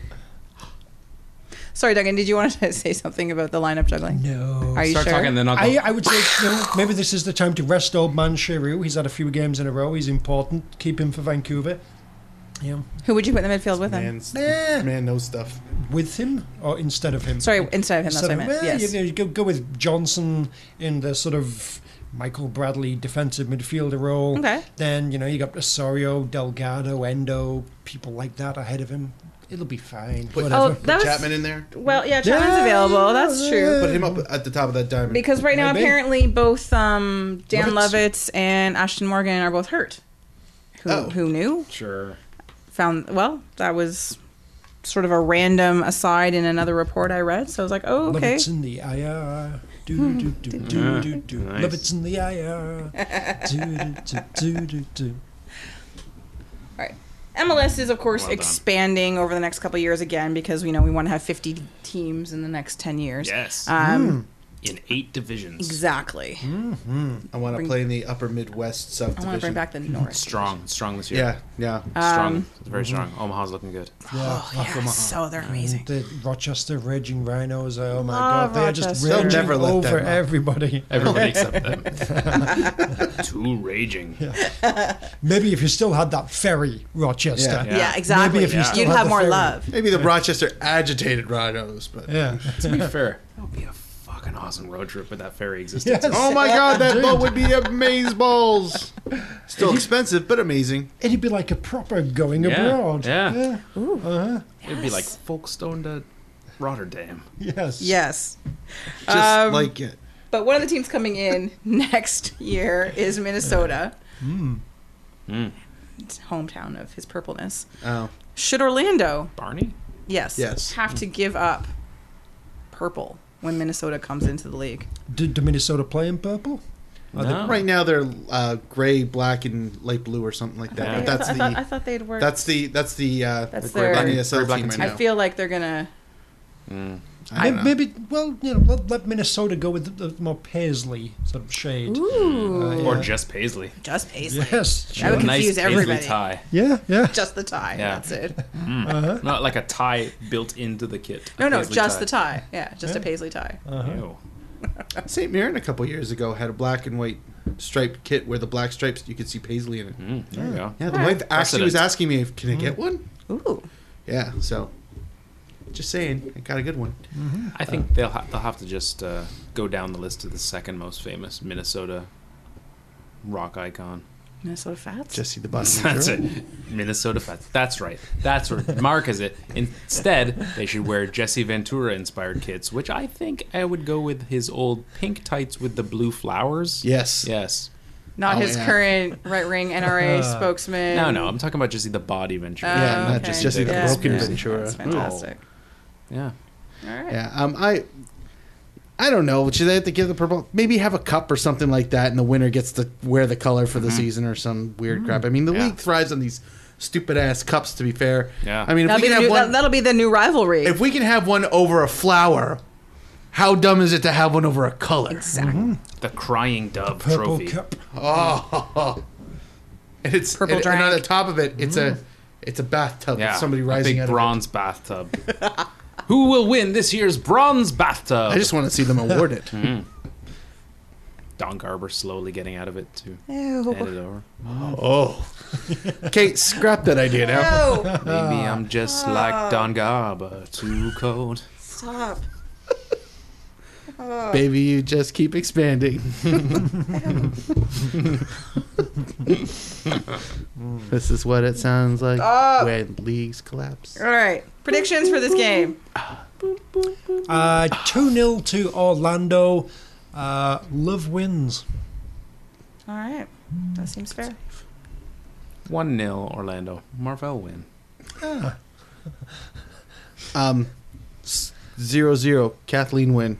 S2: Sorry, Duncan, did you want to say something about the lineup juggling?
S3: No.
S2: Are you
S1: Start
S2: sure?
S1: talking, then I'll go.
S3: I, I would say you know, maybe this is the time to rest old man Shiru. He's had a few games in a row. He's important. Keep him for Vancouver. Yeah.
S2: Who would you put in the midfield with him?
S4: Man,
S3: Nah.
S4: man knows stuff.
S3: With him or instead of him?
S2: Sorry, instead of him, that's what I
S3: Instead
S2: meant.
S3: of- well,
S2: yes.
S3: you, know, you go, go with Johnson in the sort of Michael Bradley defensive midfielder role.
S2: Okay.
S3: Then, you know, you got Osorio, Delgado, Endo, people like that ahead of him. It'll be fine.
S4: Put-
S3: whatever.
S2: oh, that was
S4: Chapman in there.
S2: well, yeah, Chapman's
S3: Yeah.
S2: available. That's true.
S4: Put him up at the top of that diamond.
S2: Because right now,
S3: Maybe.
S2: apparently, both um, Dan Lovitz
S3: Lovitz.
S2: and Ashton Morgan are both hurt. Who,
S4: Oh.
S2: who knew?
S1: Sure.
S2: Found well, that was sort of a random aside in another report I read. So I was like, oh,
S3: Love
S2: okay. Hmm.
S3: it's in the IR. Do, do, do, do, do, do.
S1: Nice.
S3: Love it's in the IR. do, do, do, do, do.
S2: All right. MLS is, of course,
S1: Well done.
S2: expanding over the next couple of years again because we know we want to have 50 teams in the next 10 years.
S1: Yes.
S2: Um,
S1: in eight divisions.
S2: Exactly.
S4: I want to
S2: Bring-
S4: play in the Upper Midwest
S2: I want to bring
S4: subdivision.
S2: back Uh, the North.
S1: Strong. Strong this year.
S4: Yeah, yeah.
S1: Strong.
S2: Um,
S1: very strong. Omaha's looking good.
S2: Oh, yeah. So they're amazing.
S3: The Rochester Raging Rhinos. Oh, my
S2: Love
S3: God. They are just
S2: Ah, Rochester. They'll
S3: raging
S4: never let
S3: over
S4: them up.
S3: everybody.
S1: Everybody except them. Too raging.
S3: Maybe if you still had that ferry, Rochester.
S1: Yeah.
S2: Yeah, exactly.
S3: Maybe if you
S1: Yeah.
S3: still
S2: You'd
S3: had
S2: have
S3: the
S2: more
S3: ferry.
S2: love.
S4: Maybe the Rochester agitated rhinos, but
S3: Yeah.
S1: to be fair, that would be a fucking awesome road trip with that ferry existence.
S3: Yes.
S4: oh my god, that boat would be amaze balls. Still expensive, but amazing.
S3: It'd be like a proper going
S1: Yeah,
S3: abroad.
S1: yeah.
S3: Uh-huh.
S1: It'd be like Folkestone to Rotterdam.
S3: Yes.
S2: Yes.
S4: Just
S2: Um,
S4: like it.
S2: But one of the teams coming in next year is Minnesota.
S1: Mm.
S2: It's hometown of his purpleness.
S4: Oh,
S2: Should Orlando,
S1: Barney?
S2: yes,
S4: Yes.
S2: have to give up purple when Minnesota comes into the league?
S3: Did do Minnesota play in purple?
S1: No.
S4: right now they're uh, gray, black, and light blue, or something like that.
S1: Yeah.
S4: But
S2: I,
S4: that's
S2: thought, I, thought, I
S4: the
S2: thought they'd work.
S4: that's the that's the uh,
S2: That's
S4: the
S2: their-
S4: NESL
S1: Gray, black,
S4: team
S1: and
S4: right
S2: I
S4: now.
S2: feel like they're gonna.
S4: I don't
S3: May-
S4: know.
S3: maybe, well, you know, let, let Minnesota go with the, the more paisley sort of shade.
S2: Ooh,
S3: Uh,
S1: Or
S3: yeah.
S1: just Paisley.
S2: just Paisley.
S3: Yes.
S2: That would
S1: A nice
S2: confuse everybody.
S1: Paisley tie.
S3: Yeah, yeah.
S2: Just the tie.
S1: Yeah.
S2: That's it.
S3: Uh-huh.
S1: Not like a tie built into the kit.
S2: No,
S1: A
S2: no,
S1: Paisley
S2: just
S1: tie.
S2: the tie. Yeah, just a
S3: Yeah.
S2: Paisley tie.
S1: Ew.
S4: Saint Mirren a couple years ago had a black and white striped kit where the black stripes you could see paisley in it.
S1: Mm, there you go.
S4: Yeah, the wife actually was
S1: Precedent.
S4: asking me, if, "Can I get one?"
S2: Ooh,
S4: Yeah, so just saying, I got a good one.
S1: I
S4: Uh,
S1: think they'll ha- they'll have to just uh, go down the list to the second most famous Minnesota rock icon.
S2: Minnesota Fats.
S4: Jesse the bus.
S1: That's it. Minnesota Fats. That's right. That's where Mark is it. Instead, they should wear Jesse Ventura inspired kits, which I think I would go with his old pink tights with the blue flowers.
S4: Yes.
S1: Yes.
S2: Not
S4: Oh,
S2: his
S4: yeah. Uh,
S2: current right wing NRA spokesman.
S1: No, no. I'm talking about Jesse the body Ventura.
S2: Oh,
S4: Yeah, not just
S2: okay.
S4: Jesse the
S2: Yeah.
S4: broken
S1: Yeah.
S4: Ventura.
S2: That's fantastic.
S1: Yeah.
S2: All right.
S4: Yeah, um, I, I don't know. Should they have to give the purple? Maybe have a cup or something like that, and the winner gets to wear the color for the season or some weird crap. I mean, the
S1: Mm-hmm. Yeah.
S4: league thrives on these stupid ass cups. To be fair,
S1: Yeah.
S4: I mean, if
S2: That'll,
S4: we
S2: be
S4: can
S2: the
S4: have
S2: new,
S4: one,
S2: that, will be the new rivalry.
S4: if we can have one over a flower, how dumb is it to have one over a color?
S2: exactly.
S1: The Crying Dove
S3: Purple
S1: trophy.
S3: cup.
S4: Oh, and it's
S2: Purple
S4: and, and on the
S2: drank.
S4: top of it, it's a it's a bathtub.
S1: Mm. Yeah.
S4: with somebody
S1: a
S4: rising
S1: big
S4: out of it.
S1: bronze bathtub. Who will win this year's bronze bathtub?
S4: I just want to see them award it.
S1: Don Garber slowly getting out of it to hand
S2: Ew.
S1: it over.
S4: Oh. Kate, scrap that idea
S2: No.
S4: now.
S1: Maybe I'm
S2: Ah.
S1: just like Don Garber, too cold.
S2: Stop.
S4: Baby, you just keep expanding. this is what it sounds like
S2: Stop.
S4: when leagues collapse.
S2: All right. Predictions for this game.
S3: Uh, 2 0 to Orlando. Uh, love wins.
S2: All right. That seems fair.
S1: 1 0 Orlando. Marvell win.
S4: Um, s- zero zero. Kathleen win.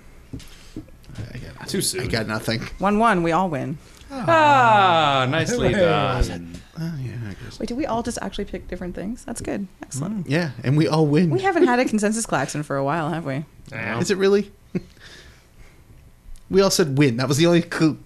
S4: I got,
S1: Too
S4: I
S1: soon.
S4: got nothing.
S2: 1 1. We all win.
S1: ah, nicely done.
S4: Oh, yeah, I guess.
S2: Wait, did we all just actually pick different things? That's good. Excellent.
S4: Yeah, and we all win.
S2: We haven't had a consensus klaxon for a while, have we?
S1: Now,
S4: Is it really? we all said win. That was the only. Co-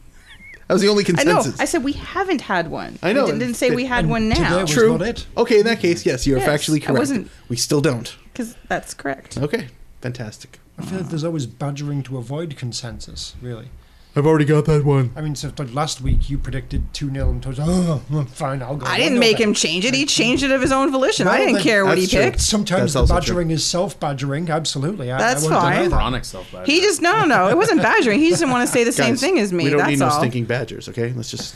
S4: that was the only
S2: I know.
S4: consensus.
S2: I said we haven't had one.
S4: I know,
S2: I didn't, didn't say
S4: but-
S2: we had
S3: And
S2: one
S3: Today
S2: now.
S3: was
S4: True.
S3: not it.
S4: Okay, in that case, yes, you're
S2: Yes,
S4: factually
S2: I
S4: correct.
S2: wasn't-
S4: We still don't.
S2: Because that's correct.
S4: Okay, fantastic.
S3: I feel like there's always badgering to avoid consensus, really.
S4: I've already got that one.
S3: I mean, so like last week you predicted 2 0 and told us, oh, well, fine, I'll go.
S2: I
S3: one
S2: didn't
S3: nil
S2: make
S3: then."
S2: him change it. He changed it of his own volition. I
S3: Well,
S2: didn't
S3: then-
S2: care what he
S4: That's true.
S2: picked.
S3: Sometimes
S4: That's
S3: the
S4: also
S3: badgering is self badgering, absolutely. I,
S2: That's
S3: I won't deny
S2: fine.
S3: that.
S1: Chronic self
S2: He just no, no, no. It wasn't badgering. He just didn't want to say the same thing as me.
S4: We don't
S2: that's
S4: need
S2: all.
S4: no stinking badgers. Okay, let's just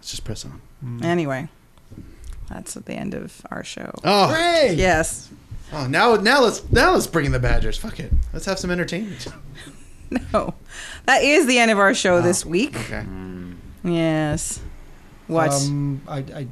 S4: let's just press on.
S2: Anyway, that's at the end of our show.
S4: Oh,
S3: Hooray!
S2: Yes.
S4: oh, now now let's now let's bring in the badgers. Fuck it, let's have some entertainment.
S2: No. That is the end of our show this week.
S4: Oh. Okay,
S2: Yes. What?
S3: Um, I, I,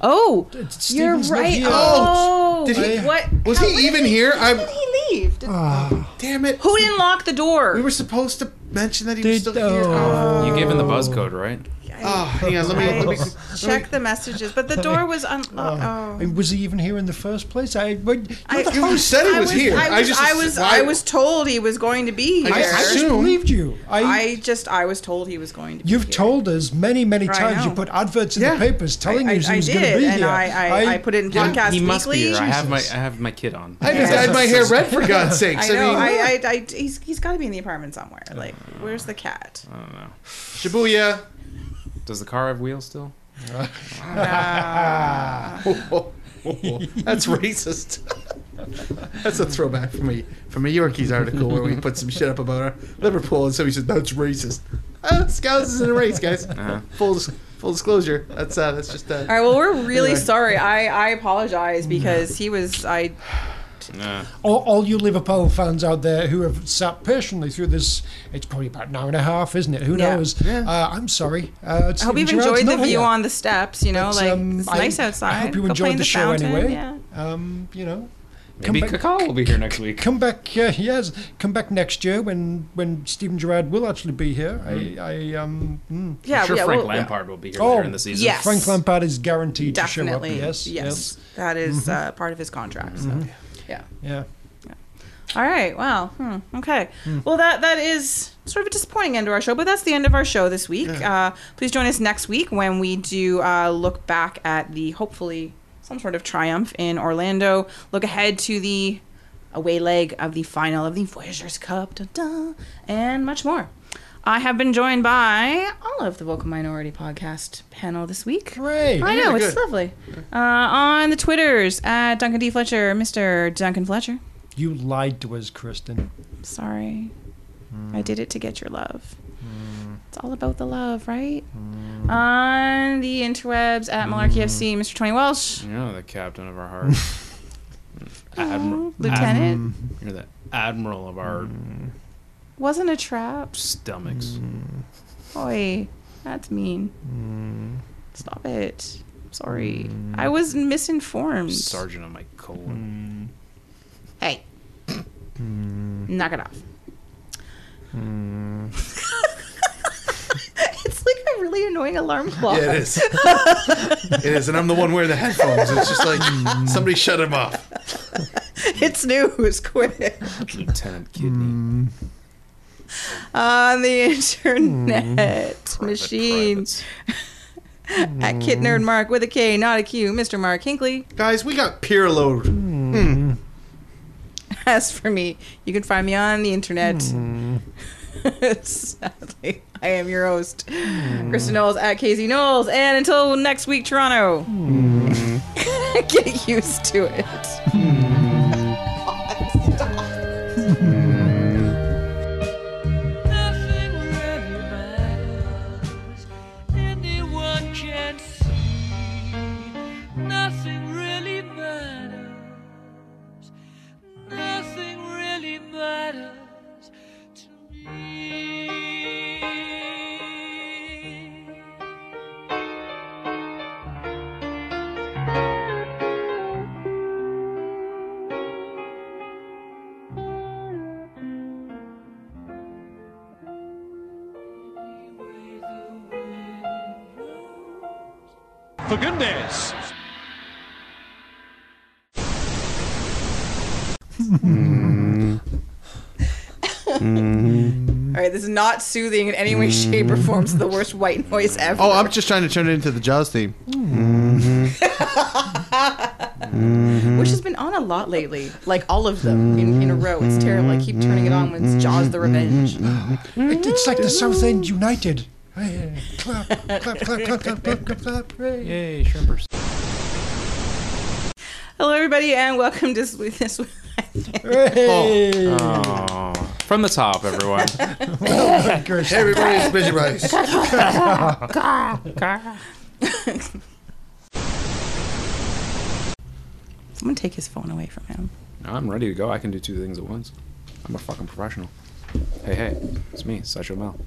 S2: oh,
S3: it's
S2: you're
S3: Stephen's not
S2: right.
S3: here.
S2: Oh,
S4: Did he-
S2: what?
S4: was
S2: how-
S4: he even here?
S2: When
S4: I'm.
S2: did he leave? Did-
S3: Ah,
S4: Damn it!
S2: who didn't lock the door?
S4: We were supposed to mention that he was
S3: Did-
S4: still here.
S3: oh.
S1: You gave him the buzz code, right?
S4: Oh, hang on. Let me.
S2: I
S4: Let me
S2: checked the messages, but the door was unlocked.
S3: I
S2: Oh.
S3: mean, was he even here in the first place? I, but you're
S2: I-
S3: the
S4: you
S3: host.
S4: said he was, here.
S2: I was,
S4: I just.
S2: I was,
S4: why-
S2: I was told he was going to be here.
S4: I
S3: I,
S4: just
S3: I just
S4: assumed-
S3: believed you. I,
S2: I just, I was told he was going to. be
S3: you've
S2: here.
S3: told us many, many
S2: I
S3: times. You
S2: know.
S3: put adverts in
S4: Yeah.
S3: the papers telling
S2: I,
S3: you he
S2: I
S3: was going to
S2: did,
S3: be
S2: and
S3: here.
S2: I, I, I, put it in podcast
S1: he
S2: weekly.
S1: must be here. I have my I
S3: Jesus.
S1: have my kid on.
S4: I just dyed my hair red for God's sakes.
S2: I
S4: I,
S2: know.
S4: mean,
S2: I, I, I, he's, he's got to be in the apartment somewhere. Like, where's the cat?
S1: I don't know.
S4: Shibuya.
S1: Does the car have wheels still?
S2: Uh,
S3: ah.
S4: That's racist. That's a throwback from a from a Yorkies article where we put some shit up about our Liverpool, and somebody said that's racist. Uh, Scouts isn't a race, guys. Full dis- full disclosure. That's uh, that's just uh,
S2: All right. Well, we're really
S4: Anyway.
S2: sorry. I, I apologize because he was. I
S1: Nah.
S3: all, all you Liverpool fans out there who have sat patiently through this, it's probably about an hour and a half, isn't it? Who
S2: Yeah.
S3: knows?
S4: Yeah.
S3: Uh, I'm sorry. Uh,
S2: I hope you've enjoyed the view on the steps. You know,
S3: But,
S2: like
S3: um,
S2: it's
S3: I-
S2: nice
S3: I
S2: outside.
S3: hope
S2: Go
S3: you
S2: play
S3: enjoyed
S2: in
S3: the show
S2: fountain,
S3: anyway.
S2: Yeah.
S3: Um, you know, come
S1: Maybe
S3: back-
S1: Kakal will be here next week.
S3: come back. Uh, yes, come back next year when when Stephen Gerrard will actually be here. I, I um, mm.
S2: Yeah.
S1: I'm sure
S2: yeah,
S1: Frank
S2: well,
S1: Lampard will be here
S3: Oh,
S1: later in the season.
S2: yes.
S3: Frank Lampard is guaranteed
S2: Definitely.
S3: to show up. Yes, Mm-hmm.
S2: yes. That is,
S1: Mm-hmm.
S2: uh, part of his contract. So. Yeah.
S3: yeah.
S2: All right. Wow. Hmm. Okay. Well, that that is sort of a disappointing end to our show, but that's the end of our show this week. Uh, please join us next week when we do uh, look back at the hopefully some sort of triumph in Orlando. Look ahead to the away leg of the final of the Voyagers Cup, dun, dun, and much more. I have been joined by all of the Vocal Minority Podcast panel this week.
S3: Hooray!
S2: I know,
S4: Yeah,
S2: it's
S4: good.
S2: lovely. Uh, on the Twitters at Duncan D. Fletcher, Mr. Duncan Fletcher.
S3: You lied to us, Kristen.
S2: Sorry.
S4: Mm.
S2: I did it to get your love. It's all about the love, right?
S4: Mm.
S2: On the interwebs at Malarkey FC, Mr. Tony Welsh,
S1: You're the captain of our heart. Admiral.
S2: Lieutenant,
S1: Admi- You're the admiral of our
S4: Mm.
S2: wasn't a trap.
S1: stomachs.
S2: Boy, that's mean.
S4: Mm.
S2: Stop it. Sorry. I was misinformed.
S1: Sergeant of my colon.
S2: Hey.
S4: Mm.
S2: Knock it off. it's like a really annoying alarm clock.
S4: Yeah, it is. it is, and I'm the one wearing the headphones. It's just like somebody shut him off.
S2: It's news. Quick.
S4: Mm.
S1: Lieutenant Kidney.
S2: on the internet machine
S1: Privates.
S2: at Kit Nerd Mark with a K, not a Q, Mr. Mark Hinkley.
S4: Guys, we got peer load.
S2: As for me, you can find me on the internet Sadly, I am your host, Kristen Knowles at Casey Knowles, and until next week, Toronto, get used to it.
S8: nothing really matters. Anyone can see. Nothing really matters. Nothing really matters to me.
S2: All right, this is not soothing in any way, shape, or form. It's the worst white noise ever.
S4: Oh, I'm just trying to turn it into the Jaws theme.
S2: which has been on a lot lately. Like all of them in, in a row. It's terrible. I keep turning it on when it's Jaws: The Revenge.
S3: It, it's like the South End United. Hey, clap, clap, clap, clap, clap, clap, clap, clap. hey.
S1: Yay, shrimpers.
S2: Hello, everybody, and welcome to this. this
S3: Hey,
S1: Oh, from the top, everyone.
S3: Chris.
S4: Everybody's busy rice.
S2: Someone take his phone away from him.
S1: I'm ready to go. I can do two things at once. I'm a fucking professional. Hey, hey, it's me, Sideshow Mel.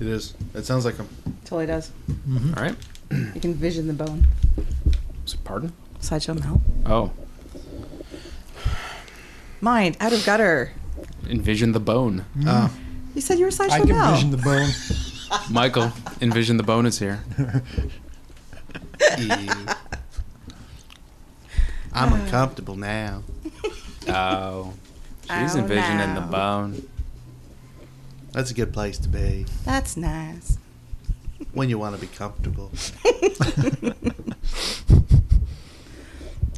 S4: It is. It sounds like him.
S2: Totally does.
S1: All right.
S2: You can vision the bone.
S1: So, pardon?
S2: Sideshow Mel.
S1: Oh,
S2: Mind out of gutter.
S1: envision the bone.
S2: You said you were
S3: I
S2: Sideshow
S3: can
S2: Mel.
S3: vision the bone.
S1: Michael, envision the bone is here.
S2: Uh.
S4: I'm uncomfortable now.
S1: Oh, she's
S2: Oh,
S1: envisioning the
S2: no.
S1: bone.
S4: That's a good place to be
S2: That's nice.
S4: when you want to be comfortable.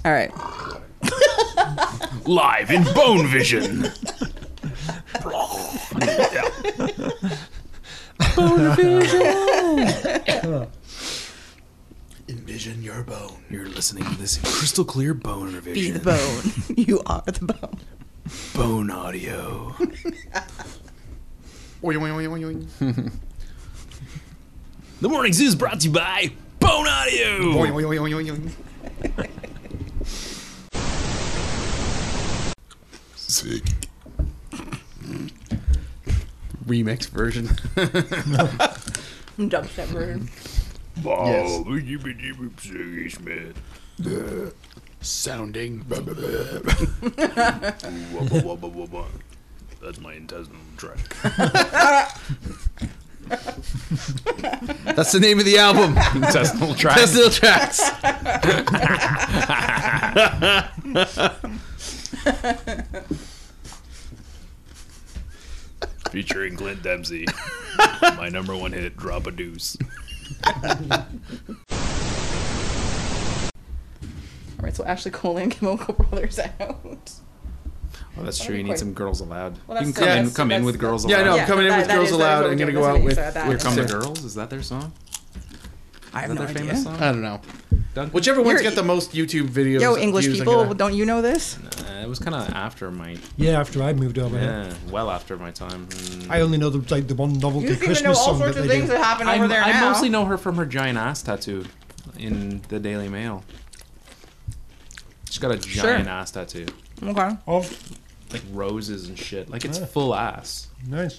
S2: All right.
S7: Live in Bone Vision.
S4: Envision your bone.
S1: You're listening to this crystal clear bone revision.
S2: Be the bone. you are the bone.
S1: Bone audio. the Morning Zoo is brought to you by Bone Audio.
S4: Remix version.
S2: I'm dubstep version.
S7: Oh, jibby jibby Ziggy Smith.
S4: Sounding.
S7: Wubba wubba wubba. That's my intestinal tract.
S4: That's the name of the album.
S1: Intestinal tract.
S4: Tesla tracks.
S7: Featuring Clint Dempsey. my number one hit, Drop a Deuce.
S2: All right, so Ashley Cole and Chemical Brothers out.
S1: Oh, that's true. You need some girls allowed.
S2: Well,
S1: you can come
S2: that's still-
S1: in,
S2: that's-
S1: come in
S2: that's-
S1: with girls
S4: Yeah, I
S1: allowed.
S4: know. I'm
S2: Yeah,
S4: coming in
S2: that-
S4: with
S2: that
S4: Girls
S2: is- that is
S4: Aloud.
S2: what
S4: I'm
S2: we
S4: going
S2: do.
S4: to go
S2: That's
S4: out
S2: what we
S4: with.
S2: do. So that
S4: with
S2: is-
S1: Here come the
S4: Sarah.
S1: girls. Is that their song?
S2: I
S1: Is
S2: have
S1: that
S2: no
S1: their
S2: idea.
S1: famous song?
S4: I don't know.
S1: Duncan?
S4: Whichever one's
S2: You're- e-
S4: got the most YouTube videos.
S2: Yo, English
S4: views, I'm
S2: people,
S4: gonna-
S2: don't you know this?
S1: Uh, it was kind of after my,
S3: Yeah, after I moved over here.
S1: yeah, well after my time. Mm.
S3: I only know the, like, the one novelty
S2: You seem
S3: Christmas
S2: to know all
S3: song
S2: sorts
S3: that
S2: of
S3: they
S2: things
S3: do.
S2: that happen over
S1: I'm-
S2: there
S1: I
S2: now.
S1: mostly know her from her giant ass tattoo in the Daily Mail. She's got a giant ass tattoo,
S2: okay.
S3: Of
S1: like roses and shit. Like it's
S3: Yeah.
S1: full ass.
S3: nice.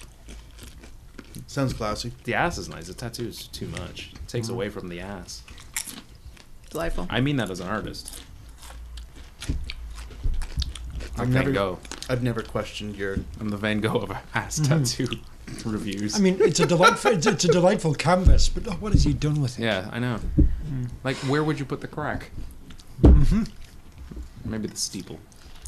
S4: Sounds classy.
S1: The ass is nice. The tattoo is too much. It
S4: Mm-hmm.
S1: takes away from the ass.
S2: Delightful.
S1: I mean that as an artist. I'm Van
S4: never-
S1: Gogh.
S4: I've never questioned your.
S1: I'm the Van Gogh of ass tattoo reviews.
S3: I mean, it's a delightful, it's, it's a delightful canvas, but oh, what has he done with it?
S1: yeah, I know. Like, where would you put the crack? Maybe the steeple.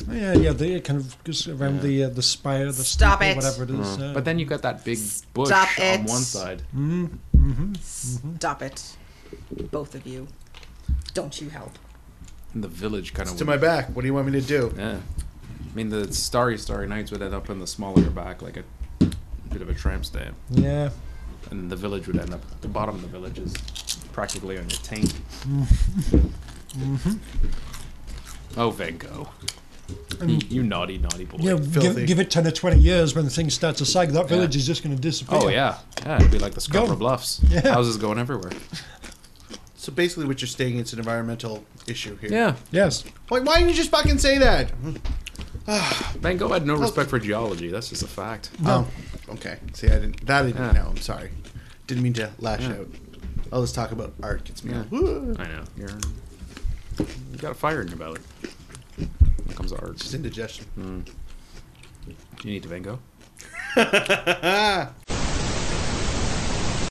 S3: Oh, yeah, yeah, the it kind of goes around the uh, the spire, the
S2: Stop
S3: steeple,
S2: it.
S3: whatever it
S2: Mm.
S3: is. Uh,
S1: But then you got that big bush
S2: Stop
S1: on
S2: it.
S1: one side.
S2: Stop it. Both of you. Don't you help.
S1: And the village kind of.
S4: To my back. What do you want me to do?
S1: Yeah. I mean, the Starry Starry Nights would end up in the smaller back, like a bit of a tramp stamp,
S3: Yeah.
S1: and the village would end up the bottom of the village is practically on your tank. Oh, Van Gogh. You, you naughty, naughty boy.
S3: Yeah, give,
S4: Filthy.
S3: give it 10 or 20 years when things start to sag, that village is just going to disappear.
S1: Oh yeah, yeah. It'd be like the Scarborough
S3: Gone.
S1: Bluffs. Houses going everywhere.
S4: So basically, what you're stating it's an environmental issue here.
S1: Yeah,
S3: Yes.
S4: Like, why didn't you just fucking say that? Mm-hmm.
S1: Van Gogh had no respect for geology. That's just a fact.
S4: Oh, okay. See, I didn't. That I didn't
S1: Yeah.
S4: know. I'm sorry. Didn't mean to lash out. All this talk about art gets me. all, "Whoa."
S1: I know. You're, you got a fire in your belly. Here comes the art.
S4: It's indigestion.
S1: You need to Van Gogh.